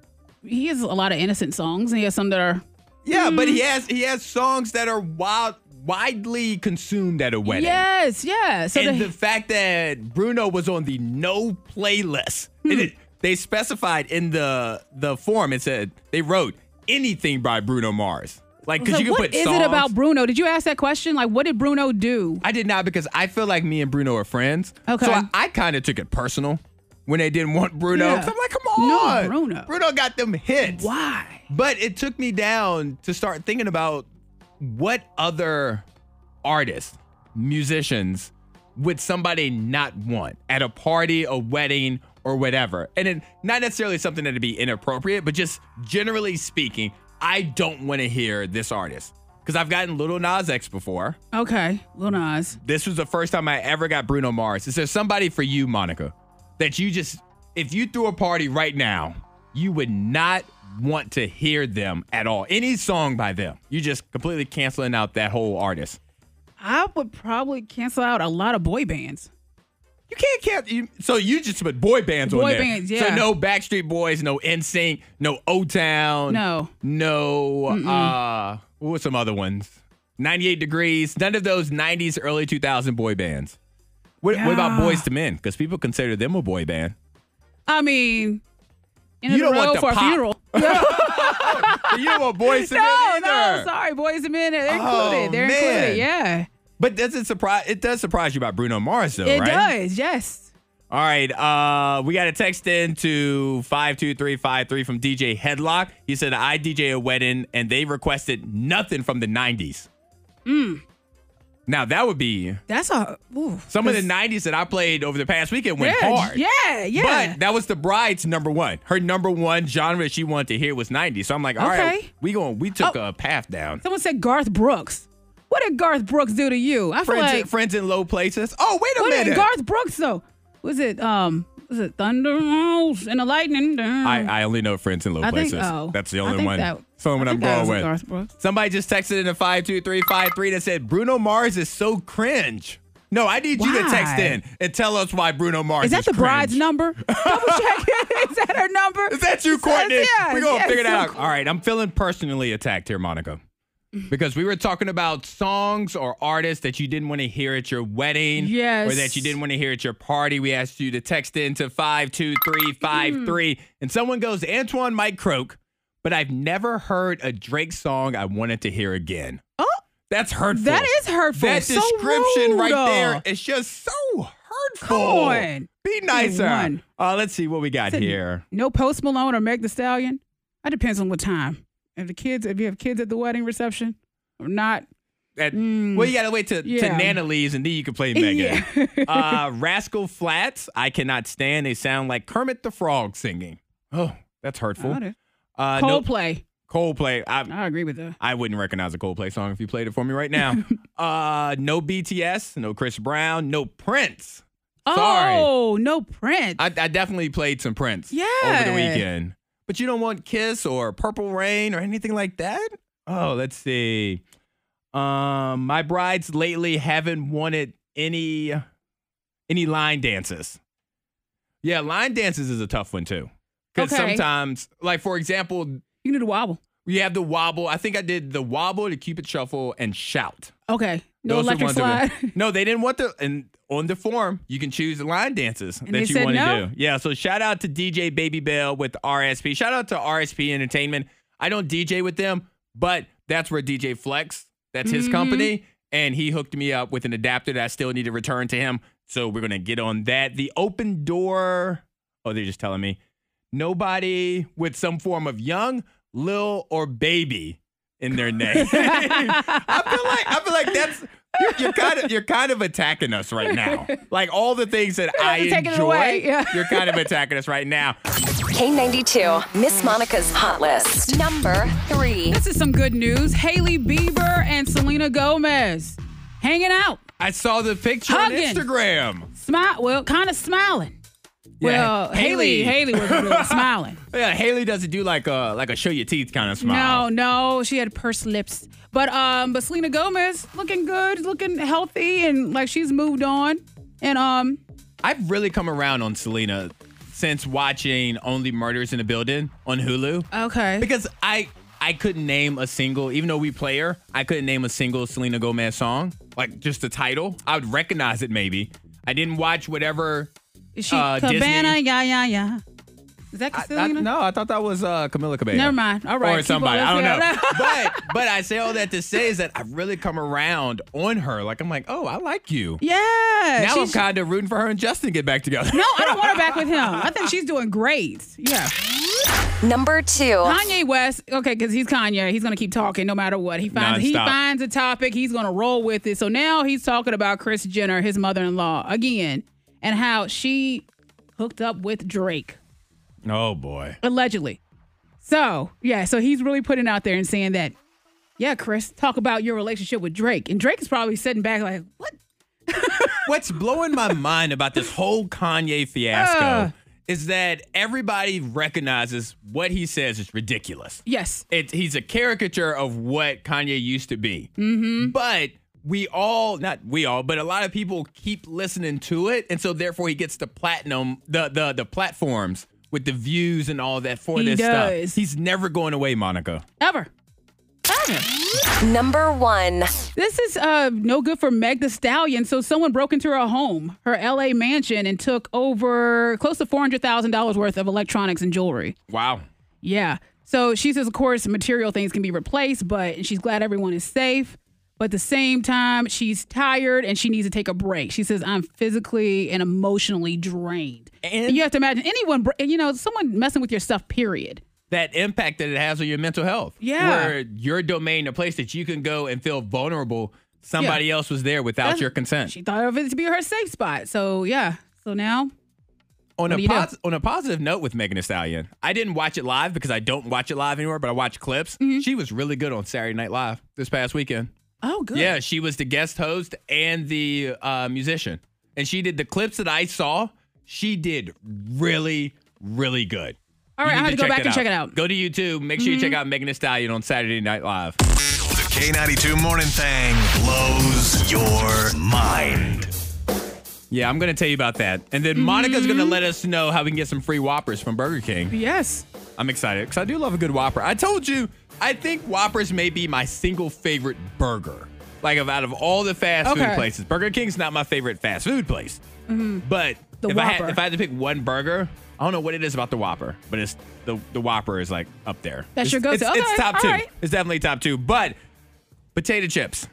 D: He has a lot of innocent songs, and he has some that are.
B: yeah, but
D: mm-hmm.
B: he has he has songs that are wild, widely consumed at a wedding.
D: Yes, yeah. So
B: and
D: the,
B: the fact that Bruno was on the no playlist.
D: Hmm.
B: And it- they specified in the the form. It said they wrote anything by Bruno Mars. Like because
D: so
B: you can
D: what
B: put
D: is
B: songs.
D: it about Bruno? Did you ask that question? Like, what did Bruno do?
B: I did not because I feel like me and Bruno are friends.
D: Okay.
B: So I, I kind of took it personal when they didn't want Bruno.
D: Yeah.
B: 'Cause I'm like, come
D: No,
B: on,
D: Bruno.
B: Bruno got them hits.
D: Why?
B: But it took me down to start thinking about what other artists, musicians would somebody not want at a party, a wedding, or whatever. And it, not necessarily something that'd be inappropriate, but just generally speaking, I don't want to hear this artist. Because I've gotten Little Nas X before.
D: Okay, Lil Nas.
B: This was the first time I ever got Bruno Mars. Is there somebody for you, Monica, that you just, if you threw a party right now, you would not want to hear them at all? Any song by them, you just completely canceling out that whole artist.
D: I would probably cancel out a lot of boy bands.
B: You can't cancel. You, so you just put boy bands on
D: Boy
B: there.
D: bands,
B: So
D: yeah.
B: no Backstreet Boys, no NSYNC, no O Town,
D: No.
B: no. Uh, what were some other ones? 98 Degrees, none of those 90s, early 2000 boy bands. What, what about
D: Yeah.
B: Boys to Men? Because people consider them a boy band.
D: I mean, in
B: You
D: the
B: don't want
D: road
B: the
D: for
B: pop.
D: a funeral.
B: you don't want Boys to
D: no,
B: Men
D: no,
B: either.
D: sorry, boys and men, they're
B: Oh,
D: included. They're
B: man.
D: included. Yeah,
B: But does it surprise? It does surprise you about Bruno Mars, though,
D: it
B: right?
D: does. Yes.
B: All right, uh, we got a text in to 52353 from DJ Headlock. He said, I DJ a wedding and they requested nothing from the 90s.
D: Mm.
B: Now, that would be
D: That's a ooh,
B: some of the 90s that I played over the past weekend went
D: yeah,
B: hard.
D: Yeah, yeah.
B: But that was the bride's number one. Her number one genre she wanted to hear was 90s. So I'm like, all right,
D: Okay.
B: we going, we took
D: Oh.
B: a path down.
D: Someone said Garth Brooks. What did Garth Brooks do to you? I feel
B: Friends,
D: like
B: friends in low places. Oh, wait a
D: what did
B: minute.
D: Garth Brooks though? Was it um? Was it thunder rolls and the lightning?
B: I, I only know Friends in Low
D: I think-
B: Places.
D: oh.
B: That's the
D: I
B: only
D: think
B: one.
D: that-
B: That's the only one
D: I
B: I'm
D: think that
B: going
D: was a
B: with.
D: Garth Brooks.
B: Somebody just texted in a 52353 that said Bruno Mars is so cringe. No, I need you to text
D: Why?
B: in and tell us why Bruno Mars
D: Is that the
B: cringe.
D: bride's number? Double check. Is that her number?
B: Is that you, Courtney?
D: yeah,
B: We're going to
D: yeah,
B: figure it
D: so
B: out.
D: cool.
B: All right, I'm feeling personally attacked here, Monica. Because we were talking about songs or artists that you didn't want to hear at your wedding.
D: Yes.
B: Or that you didn't want to hear at your party. We asked you to text in to
D: Mm-hmm.
B: 52353. And someone goes, Antoine Mike Croak, but I've never heard a Drake song I wanted to hear again. Oh. That's hurtful.
D: That is hurtful.
B: That
D: So
B: description
D: rude.
B: right there is just so hurtful.
D: on.
B: Be
D: one.
B: nicer. Uh, let's see what we got
D: Said
B: here.
D: No Post Malone or Meg The Stallion. That depends on what time. If the kids, if you have kids at the wedding reception or not.
B: At, Well, you gotta wait till, till
D: Mm. yeah.
B: Nana leaves and then you can play Megan. uh, Rascal Flats, I cannot stand. They sound like Kermit the Frog singing. Oh, that's hurtful.
D: Got it.
B: Uh, no-
D: Coldplay.
B: Coldplay. I,
D: I agree with that.
B: I wouldn't recognize a Coldplay song if you played it for me right now. uh, no BTS, no Chris Brown, no Prince. Sorry.
D: Oh, no Prince.
B: I, I definitely played some Prince over the
D: Yeah.
B: weekend. But you don't want Kiss or Purple Rain or anything like that? Oh, let's see. Um, my brides lately haven't wanted any any line dances. Yeah, line dances is a tough one too. Because
D: Okay.
B: sometimes, like for example,
D: you can do the wobble.
B: you have the wobble. I think I did the wobble, the cupid shuffle, and shout.
D: Okay. No
B: Those are
D: electric
B: ones that
D: slide.
B: were- no, they didn't want the and on the form you can choose the line dances
D: And they
B: that you
D: said
B: want to
D: no?
B: do. Yeah, so shout out to DJ Baby Bell with RSP. Shout out to RSP Entertainment. I don't DJ with them, but that's where DJ Flex, that's
D: Mm-hmm.
B: his company, and he hooked me up with an adapter that I still need to return to him. So we're gonna get on that. The open door. Oh, they're just telling me nobody with some form of young, lil, or baby in their name. I feel like I feel like that's you're, you're kind of you're kind of attacking us right now. Like all the things that I
D: You're taking it
B: enjoy,
D: away, yeah.
B: you're kind of attacking us right now.
A: K92, Miss Monica's Hot List. Number three.
D: this is some good news. Haley Bieber and Selena Gomez hanging out.
B: I saw the picture on
D: Hugging.
B: Instagram.
D: Smile. Well, kind of smiling.
B: Yeah,
D: Well, Haley, Haley was really smiling.
B: Yeah, Haley doesn't do like a like a show your teeth kind of smile.
D: No, no, she had pursed lips. But um, but Selena Gomez looking good, looking healthy, and like she's moved on. And um,
B: I've really come around on Selena since watching Only Murders in the Building on Hulu.
D: okay,
B: Because I I couldn't name a single, even though we play her, I couldn't name a single Selena Gomez song. Like just the title. I would recognize it maybe. I didn't watch whatever.
D: is she
B: uh,
D: Cabana?
B: Disney.
D: Yeah, yeah, yeah. Is that
B: I-
D: Selena?
B: no, I thought that was uh, Camila Cabello.
D: Never mind. All right,
B: Or
D: keep
B: somebody.
D: on.
B: I don't know.
D: Let's
B: but but I say all that to say is that I've really come around on her. Like I'm like, oh, I like you.
D: Yeah.
B: now I'm
D: she's-
B: kind of rooting for her and Justin to get back together.
D: No, I don't want her back with him. I think she's doing great. Yeah.
A: Number two.
D: Kanye West, okay, because he's Kanye. He's gonna keep talking no matter what. He finds he
B: Nonstop.
D: finds a topic, he's gonna roll with it. So now he's talking about Chris Jenner, his mother in law, again, and how she hooked up with Drake,
B: Oh boy.
D: allegedly. So, yeah, so he's really putting out there and saying that, yeah, Chris, talk about your relationship with Drake. And Drake is probably sitting back like, what?
B: What's blowing my mind about this whole Kanye fiasco
D: Ah.
B: is that everybody recognizes what he says is ridiculous.
D: Yes.
B: It, he's a caricature of what Kanye used to be. Mm-hmm. But we all, not we all, but a lot of people keep listening to it, and so therefore he gets the platinum, the the the platforms with the views and all that for
D: He
B: this
D: does.
B: stuff. He's never going away, Monica.
D: Ever.
A: Number one.
D: This is uh, no good for Meg the Stallion. So someone broke into her home, her LA mansion, and took over close to four hundred thousand dollars worth of electronics and jewelry.
B: Wow.
D: Yeah. So she says, of course, material things can be replaced, but she's glad everyone is safe. But at the same time, she's tired and she needs to take a break. She says, I'm physically and emotionally drained.
B: And-
D: And you have to imagine anyone, br- you know, someone messing with your stuff, period.
B: that impact that it has on your mental health.
D: Yeah.
B: Where your domain, a place that you can go and feel vulnerable, somebody else was there without
D: That's-
B: your consent.
D: She thought of it to be her safe spot. So, yeah. So now,
B: on
D: what
B: a
D: do you do?
B: pos- on a positive note with Megan Thee Stallion, I didn't watch it live because I don't watch it live anymore, but I watch clips.
D: Mm-hmm.
B: She was really good on Saturday Night Live this past weekend.
D: oh, good.
B: Yeah, she was the guest host and the uh, musician. And she did the clips that I saw. She did really, really good.
D: All right,
B: You
D: I have
B: need
D: to go
B: check
D: back
B: that
D: and check it out. Mm-hmm.
B: Go to YouTube. Make sure you check out Megan Thee Stallion on Saturday Night Live.
F: The K92 Morning Thang blows your mind.
B: Yeah, I'm going to tell you about that. And then Monica's going to let us know how we can get some free Whoppers from Burger King.
D: Yes.
B: I'm excited because I do love a good Whopper. I told you, I think Whoppers may be my single favorite burger. Like, of out of all the fast food
D: Okay. Mm-hmm.
B: places, Burger King's not my favorite fast food place. But
D: The
B: if I, had,
D: Whopper.
B: if I had to pick one burger, I don't know what it is about the Whopper, but it's the, the Whopper is like up there. It's-
D: That's your go-to.
B: It's, it's
D: Okay,
B: top
D: all
B: two.
D: right.
B: It's definitely top two. But potato chips.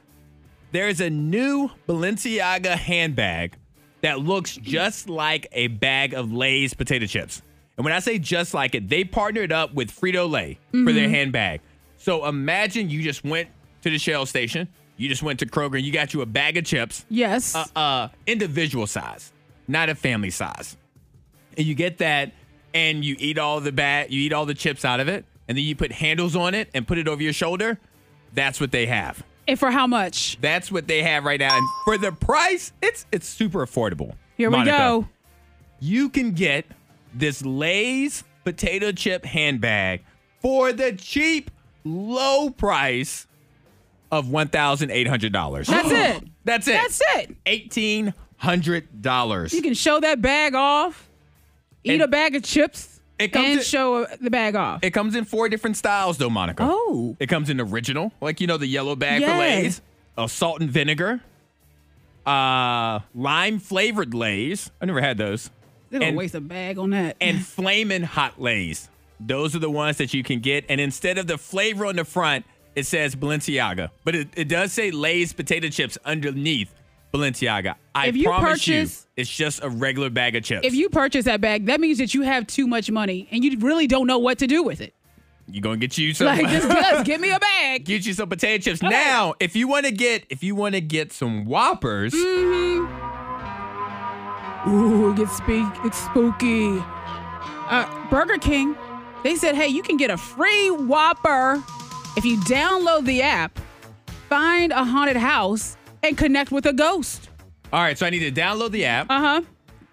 B: There's a new Balenciaga handbag that looks just like a bag of Lay's potato chips. And when I say just like it, they partnered up with Frito Lay for
D: Mm-hmm.
B: their handbag. So imagine you just went to the Shell station, you just went to Kroger, and you got you a bag of chips,
D: Yes.
B: uh, uh, individual size, not a family size. And you get that, and you eat all the bat, you eat all the chips out of it, and then you put handles on it and put it over your shoulder. That's what they have.
D: and for how much?
B: That's what they have right now. And for the price, it's it's super affordable.
D: Here
B: Monica.
D: we go.
B: You can get this Lay's potato chip handbag for the cheap, low price of one thousand eight hundred dollars.
D: That's it.
B: That's it.
D: That's it.
B: Eighteen hundred dollars.
D: You can show that bag off, eat
B: And-
D: a bag of chips,
B: It comes
D: and
B: in-
D: show the bag off.
B: It comes in four different styles, though, Monica.
D: Oh.
B: It comes in original, like you know, the yellow bag for
D: Yeah.
B: Lay's, a salt and vinegar, uh, lime flavored Lay's. I never had those.
D: They're gonna
B: and-
D: waste a bag on that.
B: and flamin' hot lays. Those are the ones that you can get. And instead of the flavor on the front, it says Balenciaga, but it, it does say Lay's potato chips underneath Balenciaga. I
D: If you
B: promise
D: purchase-
B: you, it's just a regular bag of chips.
D: if you purchase that bag, that means that you have too much money and you really don't know what to do with it.
B: you gonna get you some.
D: Like just, just give me a bag.
B: Get you some potato chips now. If you want to get, if you want to get some Whoppers,
D: Mm. Ooh, it gets speak it's spooky. Uh, Burger King, they said, hey, you can get a free Whopper if you download the app, find a haunted house, and connect with a ghost.
B: all right. So I need to download the app.
D: Uh huh.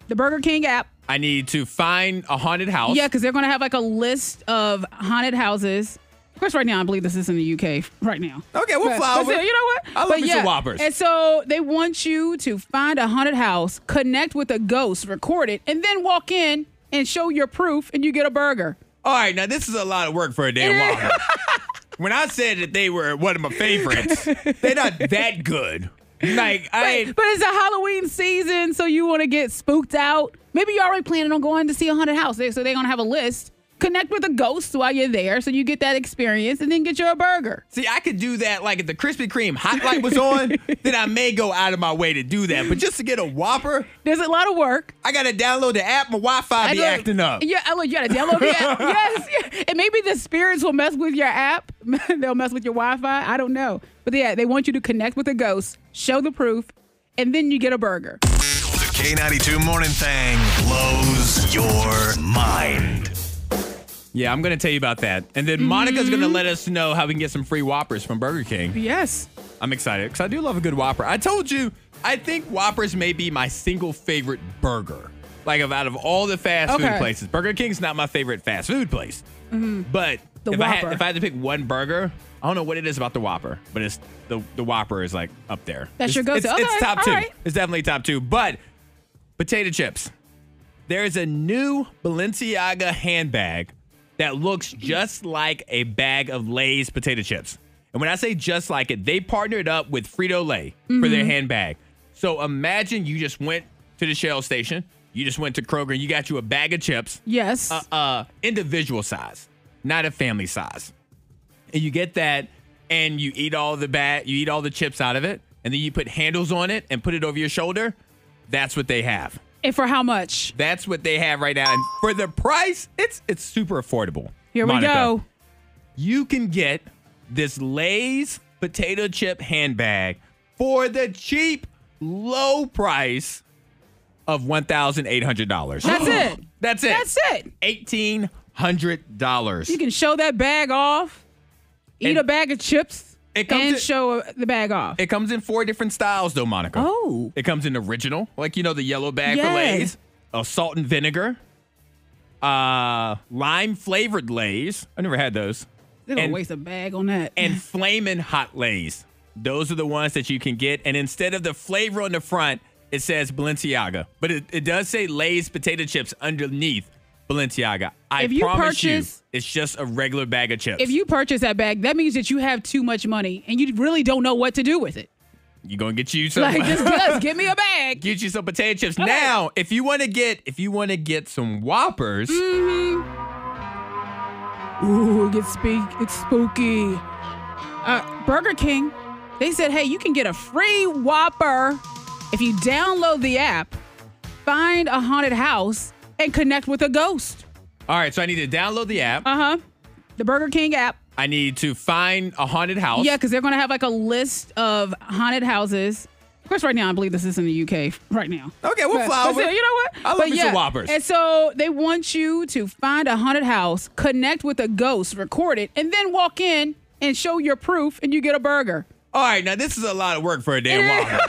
D: The Burger King app.
B: I need to find a haunted house.
D: Yeah, because they're going to have like a list of haunted houses. Of course, right now, I believe this is in the UK right now.
B: Okay, we'll
D: But-
B: fly
D: but
B: over.
D: still, You know what?
B: I love
D: But
B: me some Whoppers.
D: And so they want you to find a haunted house, connect with a ghost, record it, and then walk in and show your proof, and you get a burger.
B: All right, now this is a lot of work for a damn Whopper. when I said that they were one of my favorites, they're not that good. Like I,
D: But it's a Halloween season, so you want to get spooked out. Maybe you're already planning on going to see a haunted house, They- so they're going to have a list. Connect with a ghost while you're there, so you get that experience, and then get your burger.
B: see, I could do that. Like if the Krispy Kreme hot light was on, then I may go out of my way to do that. But just to get a Whopper,
D: There's a lot of work.
B: I gotta download the app. My Wi-Fi be
D: know-
B: acting up.
D: Yeah, I look, you gotta download the app. yes, yeah. and maybe the spirits will mess with your app. They'll mess with your Wi-Fi. I don't know, but yeah, they want you to connect with a ghost, show the proof, and then you get a burger.
F: The K92 Morning Thang blows your mind.
B: Yeah, I'm gonna tell you about that. And then Monica's gonna let us know how we can get some free Whoppers from Burger King.
D: Yes,
B: I'm excited because I do love a good Whopper. I told you, I think Whoppers may be my single favorite burger. Like of out of all the fast food
D: Okay. Mm-hmm.
B: places, Burger King's not my favorite fast food place. But
D: The
B: if I had
D: Whopper.
B: if I had to pick one burger, I don't know what it is about the Whopper, but it's the the Whopper is like up there. It's-
D: That's your go-to.
B: It's, it's
D: Okay,
B: top
D: all
B: two.
D: right.
B: It's definitely top two. But potato chips. There's a new Balenciaga handbag that looks just like a bag of Lay's potato chips. And when I say just like it, they partnered up with Frito Lay for
D: Mm-hmm.
B: their handbag. So imagine you just went to the Shell station, you just went to Kroger, and you got you a bag of chips
D: Yes.
B: uh, individual size, not a family size. And you get that, and you eat all the bat, you eat all the chips out of it, and then you put handles on it and put it over your shoulder. That's what they have.
D: and for how much?
B: That's what they have right now. And for the price, it's it's super affordable.
D: Here we
B: Monica.
D: go.
B: You can get this Lay's potato chip handbag for the cheap, low price of one thousand eight hundred dollars.
D: That's it.
B: That's it.
D: That's it.
B: Eighteen hundred dollars.
D: You can show that bag off, eat
B: And-
D: a bag of chips,
B: It
D: and
B: comes in-
D: show uh, the bag off.
B: It comes in four different styles, though, Monica.
D: Oh.
B: It comes in original, like you know, the yellow bag for
D: Yeah.
B: Lay's, a salt and vinegar, uh, lime flavored Lay's. I never had those,
D: They're gonna
B: and-
D: waste a bag on that.
B: and flamin' hot Lay's. Those are the ones that you can get. And instead of the flavor on the front, it says Balenciaga, but it, it does say Lay's potato chips underneath Balenciaga. I
D: If you
B: promise
D: purchase-
B: you, it's just a regular bag of chips.
D: if you purchase that bag, that means that you have too much money and you really don't know what to do with it.
B: you gonna get you some.
D: Like just, just give me a bag.
B: get you some potato chips. Now, if you want to get if you want to get some whoppers,
D: Mm. Ooh, it gets speak. It's spooky. Uh, Burger King, they said, hey, you can get a free Whopper if you download the app, find a haunted house, and connect with a ghost.
B: all right. So I need to download the app.
D: Uh huh. The Burger King app.
B: I need to find a haunted house.
D: Yeah, because they're going to have like a list of haunted houses. Of course, right now, I believe this is in the UK right now.
B: Okay, we'll
D: But-
B: fly
D: but
B: over.
D: still, You know what?
B: I love
D: But
B: me some Whoppers.
D: And so they want you to find a haunted house, connect with a ghost, record it, and then walk in and show your proof, and you get a burger.
B: All right. Now this is a lot of work for a damn whopper.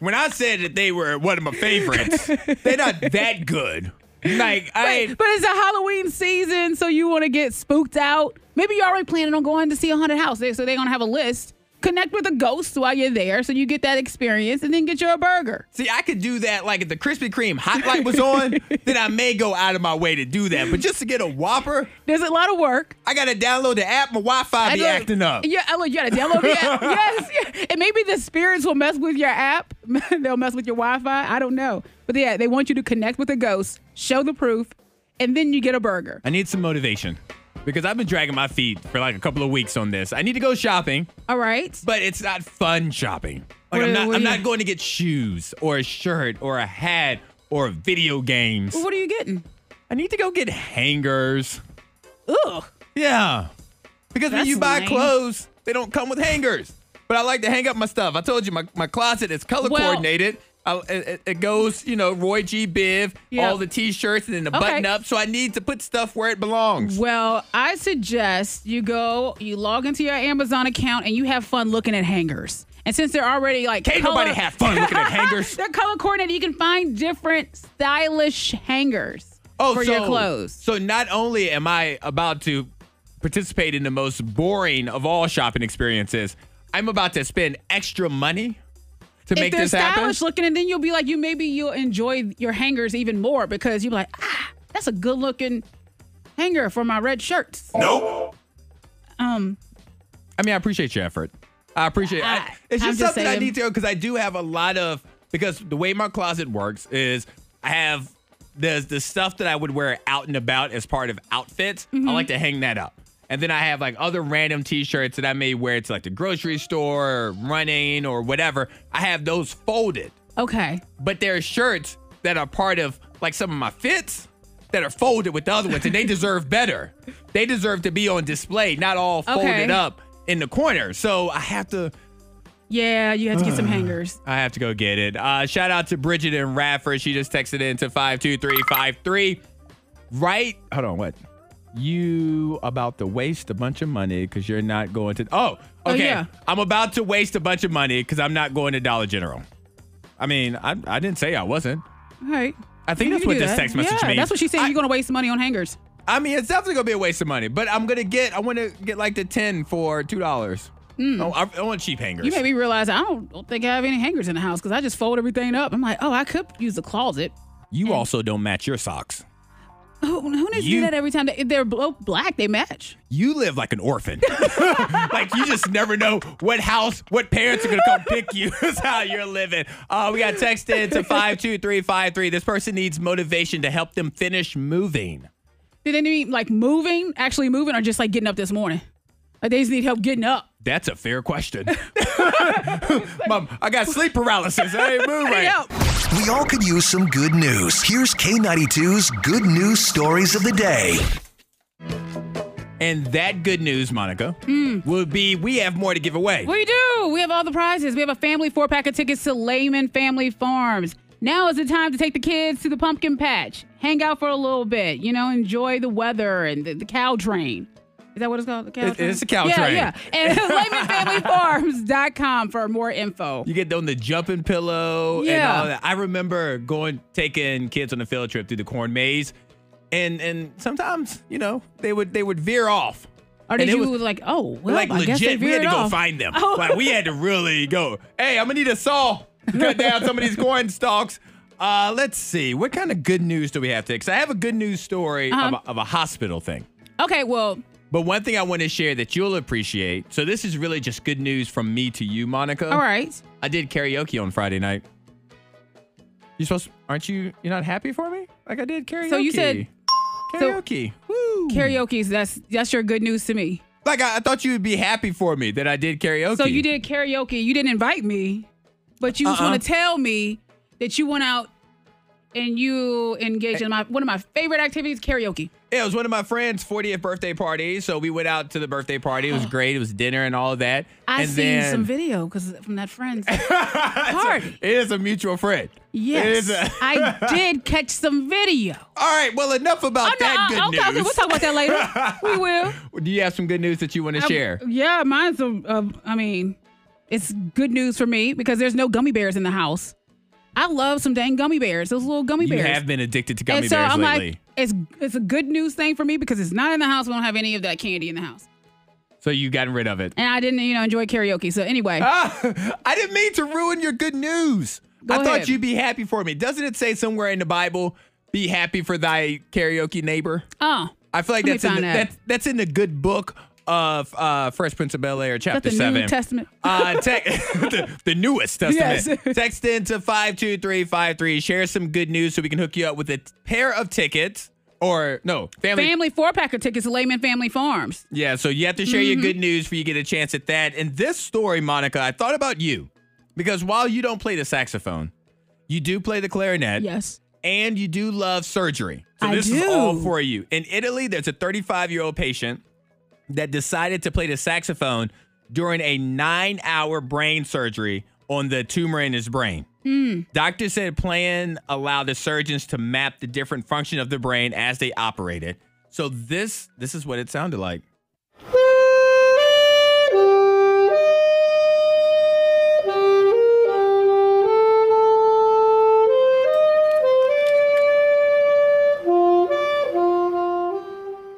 B: when I said that they were one of my favorites, they're not that good. Like I.
D: But it's a Halloween season, so you want to get spooked out. Maybe you're already planning on going to see a haunted house, They- so they're going to have a list. Connect with a ghost while you're there, so you get that experience, and then get your burger.
B: See, I could do that like if the Krispy Kreme hot light was on, then I may go out of my way to do that. But just to get a Whopper,
D: There's a lot of work.
B: I gotta download the app. My Wi-Fi be
D: know-
B: acting up.
D: Yeah, I look, you gotta download the app. yes, yeah. and maybe the spirits will mess with your app. They'll mess with your Wi-Fi. I don't know, but yeah, they want you to connect with a ghost, show the proof, and then you get a burger.
B: I need some motivation because I've been dragging my feet for like a couple of weeks on this. I need to go shopping,
D: All right.
B: but it's not fun shopping. Like
D: What-
B: I'm not
D: what
B: I'm
D: do you-
B: not going to get shoes or a shirt or a hat or video games.
D: What are you getting?
B: I need to go get hangers.
D: Ugh.
B: Yeah. Because when
D: That's
B: you buy
D: lame.
B: clothes, they don't come with hangers. But I like to hang up my stuff. I told you my, my closet is color
D: Well-
B: coordinated. I, it, it goes, you know, Roy G. Biv,
D: Yeah.
B: all the t-shirts and then the
D: Okay.
B: button up. So I need to put stuff where it belongs.
D: Well, I suggest you go, you log into your Amazon account, and you have fun looking at hangers. And since they're already like,
B: Can't nobody have fun looking at hangers.
D: They're color coordinated. You can find different stylish hangers for your clothes.
B: Oh, So not only am I about to participate in the most boring of all shopping experiences, I'm about to spend extra money to make
D: if they're
B: this happen.
D: stylish looking, and then you'll be like, you maybe you'll enjoy your hangers even more because you'll be like, ah, that's a good looking hanger for my red shirts.
B: I mean, I appreciate your effort. I appreciate I-
D: I-
B: it's
D: I'm
B: just
D: just
B: something I
D: saying.
B: need to because I do have a lot of because the way my closet works is I have there's the stuff that I would wear out and about as part of outfits.
D: Mm-hmm.
B: I like to hang that up. And then I have like other random t-shirts that I may wear to like the grocery store or running or whatever. I have those folded.
D: Okay.
B: But there are shirts that are part of like some of my fits that are folded with the other ones, and they deserve better. They deserve to be on display, not all folded
D: Okay.
B: up in the corner. So I have to,
D: Yeah, you have to get some hangers.
B: I have to go get it. Uh, shout out to Bridget and Radford. She just texted in to five two three five three. Right? Hold on. What? You about to waste a bunch of money because you're not going to? Oh, okay.
D: yeah.
B: I'm about to waste a bunch of money because I'm not going to Dollar General. I mean, I, I didn't say I wasn't.
D: All right.
B: I think
D: You
B: that's
D: can
B: what
D: do
B: this
D: that.
B: text message
D: yeah,
B: means.
D: That's what she said.
B: I-
D: You're going to waste money on hangers.
B: I mean, it's definitely gonna be a waste of money, but I'm gonna get. I want to get like the ten for two dollars. Oh, I, I want cheap hangers.
D: Hmm. You made me realize I don't, don't think I have any hangers in the house because I just fold everything up. I'm like, oh, I could use the closet.
B: You also don't match your socks.
D: Who, who needs to do
B: You-
D: that every time? They, they're blo- black. They match.
B: You live like an orphan. like you just never know what house, what parents are gonna come pick you. That's how you're living. Uh, we got texted to five two three five three. This person needs motivation to help them finish moving.
D: Did they mean like moving, actually moving, or just like getting up this morning? Like they just need help getting up.
B: That's a fair question. Mom, I got sleep paralysis. I ain't move right.
D: Help.
F: We all could use some good news. Here's K92's good news stories of the day.
B: And that good news, Monica,
D: Hmm.
B: would be we have more to give away.
D: We do. We have all the prizes. We have a family four pack of tickets to Lehman Family Farms. Now is the time to take the kids to the pumpkin patch, hang out for a little bit, you know, enjoy the weather and the, the cow train. Is that what it's called? The cow
B: It-
D: train?
B: it's a cow
D: yeah,
B: train.
D: Yeah, And LehmanFamilyFarms.com for more info.
B: You get on the jumping pillow and
D: Yeah.
B: all that. I remember going taking kids on a field trip through the corn maze. And and sometimes, you know, they would they would veer off.
D: Or did
B: And it
D: you
B: was-
D: like, oh, well,
B: like
D: I guess they
B: legit, we had
D: veered
B: to go
D: off.
B: find them.
D: Oh.
B: Like we had to really go. Hey, I'm gonna need a saw. to Cut down some of these corn stalks. Uh, let's see. What kind of good news do we have today? Because I have a good news story
D: Uh-huh.
B: of, a, of a hospital thing.
D: Okay, well,
B: But one thing I want to share that you'll appreciate. So this is really just good news from me to you, Monica.
D: all right.
B: I did karaoke on Friday night. You supposed? Aren't you? You're not happy for me? Like I did karaoke.
D: So you said- so-
B: karaoke. Woo.
D: Karaoke's that's that's your good news to me.
B: like I, I thought you would be happy for me that I did karaoke.
D: So you did karaoke. You didn't invite me, but you just
B: Uh-uh.
D: want to tell me that you went out and you engaged in my one of my favorite activities, karaoke.
B: Yeah, it was one of my friend's 40th birthday party. So we went out to the birthday party. It was great. It was dinner and all of that.
D: I
B: and
D: seen
B: then-
D: some video because from that friend's party.
B: It is a mutual friend. It
D: Yes,
B: is a-
D: I did catch some video.
B: all right. Well, enough about
D: Oh, no,
B: Oh, that
D: I-
B: good
D: okay, okay,
B: news.
D: we'll talk about that later. we will. Um,
B: Do you have some good news that you want to share?
D: Yeah, mine's a, a. I mean, it's good news for me because there's no gummy bears in the house. I love some dang gummy bears. Those little gummy
B: You
D: bears.
B: have been addicted to gummy
D: and so
B: bears
D: I'm
B: lately.
D: like, it's it's a good news thing for me because it's not in the house. We don't have any of that candy in the house,
B: so you gotten rid of it.
D: and I didn't, you know, enjoy karaoke. So anyway,
B: Ah, I didn't mean to ruin your good news.
D: Go
B: I
D: ahead.
B: thought you'd be happy for me. Doesn't it say somewhere in the Bible, be happy for thy karaoke neighbor?
D: oh,
B: I feel like
D: Let me
B: that's in, the,
D: find that.
B: that's, that's in the good book of uh, Fresh Prince of Bel Air,
D: that's
B: chapter
D: the
B: seven.
D: New Testament.
B: Uh, tech the, the newest testament.
D: Yes.
B: Text into five two three five three. Share some good news so we can hook you up with a t- pair of tickets or no family.
D: Family four pack of tickets to Layman Family Farms.
B: Yeah, so you have to share
D: Mm-hmm.
B: your good news for you to get a chance at that. And this story, Monica, I thought about you because while you don't play the saxophone, you do play the clarinet
D: Yes.
B: and you do love surgery. So
D: I
B: this is all
D: do.
B: for you. In Italy, there's a 35 year old patient that decided to play the saxophone during a nine hour brain surgery on the tumor in his brain.
D: Hmm.
B: Doctors said playing allowed the surgeons to map the different function of the brain as they operated. So this this is what it sounded like.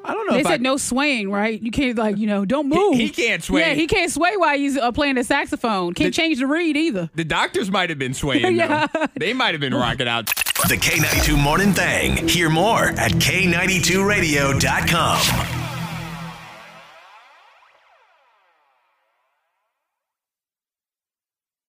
B: I don't know
D: They
B: if I,
D: said no swaying, right? You can't like, you know, don't move.
B: he can't sway.
D: Yeah, he can't sway while he's uh, playing the saxophone. Can't
B: The-
D: change the reed either.
B: the doctors might have been swaying.
D: Yeah.
B: though. They might have been rocking out.
F: The K92 Morning Thing. Hear more at K92Radio.com.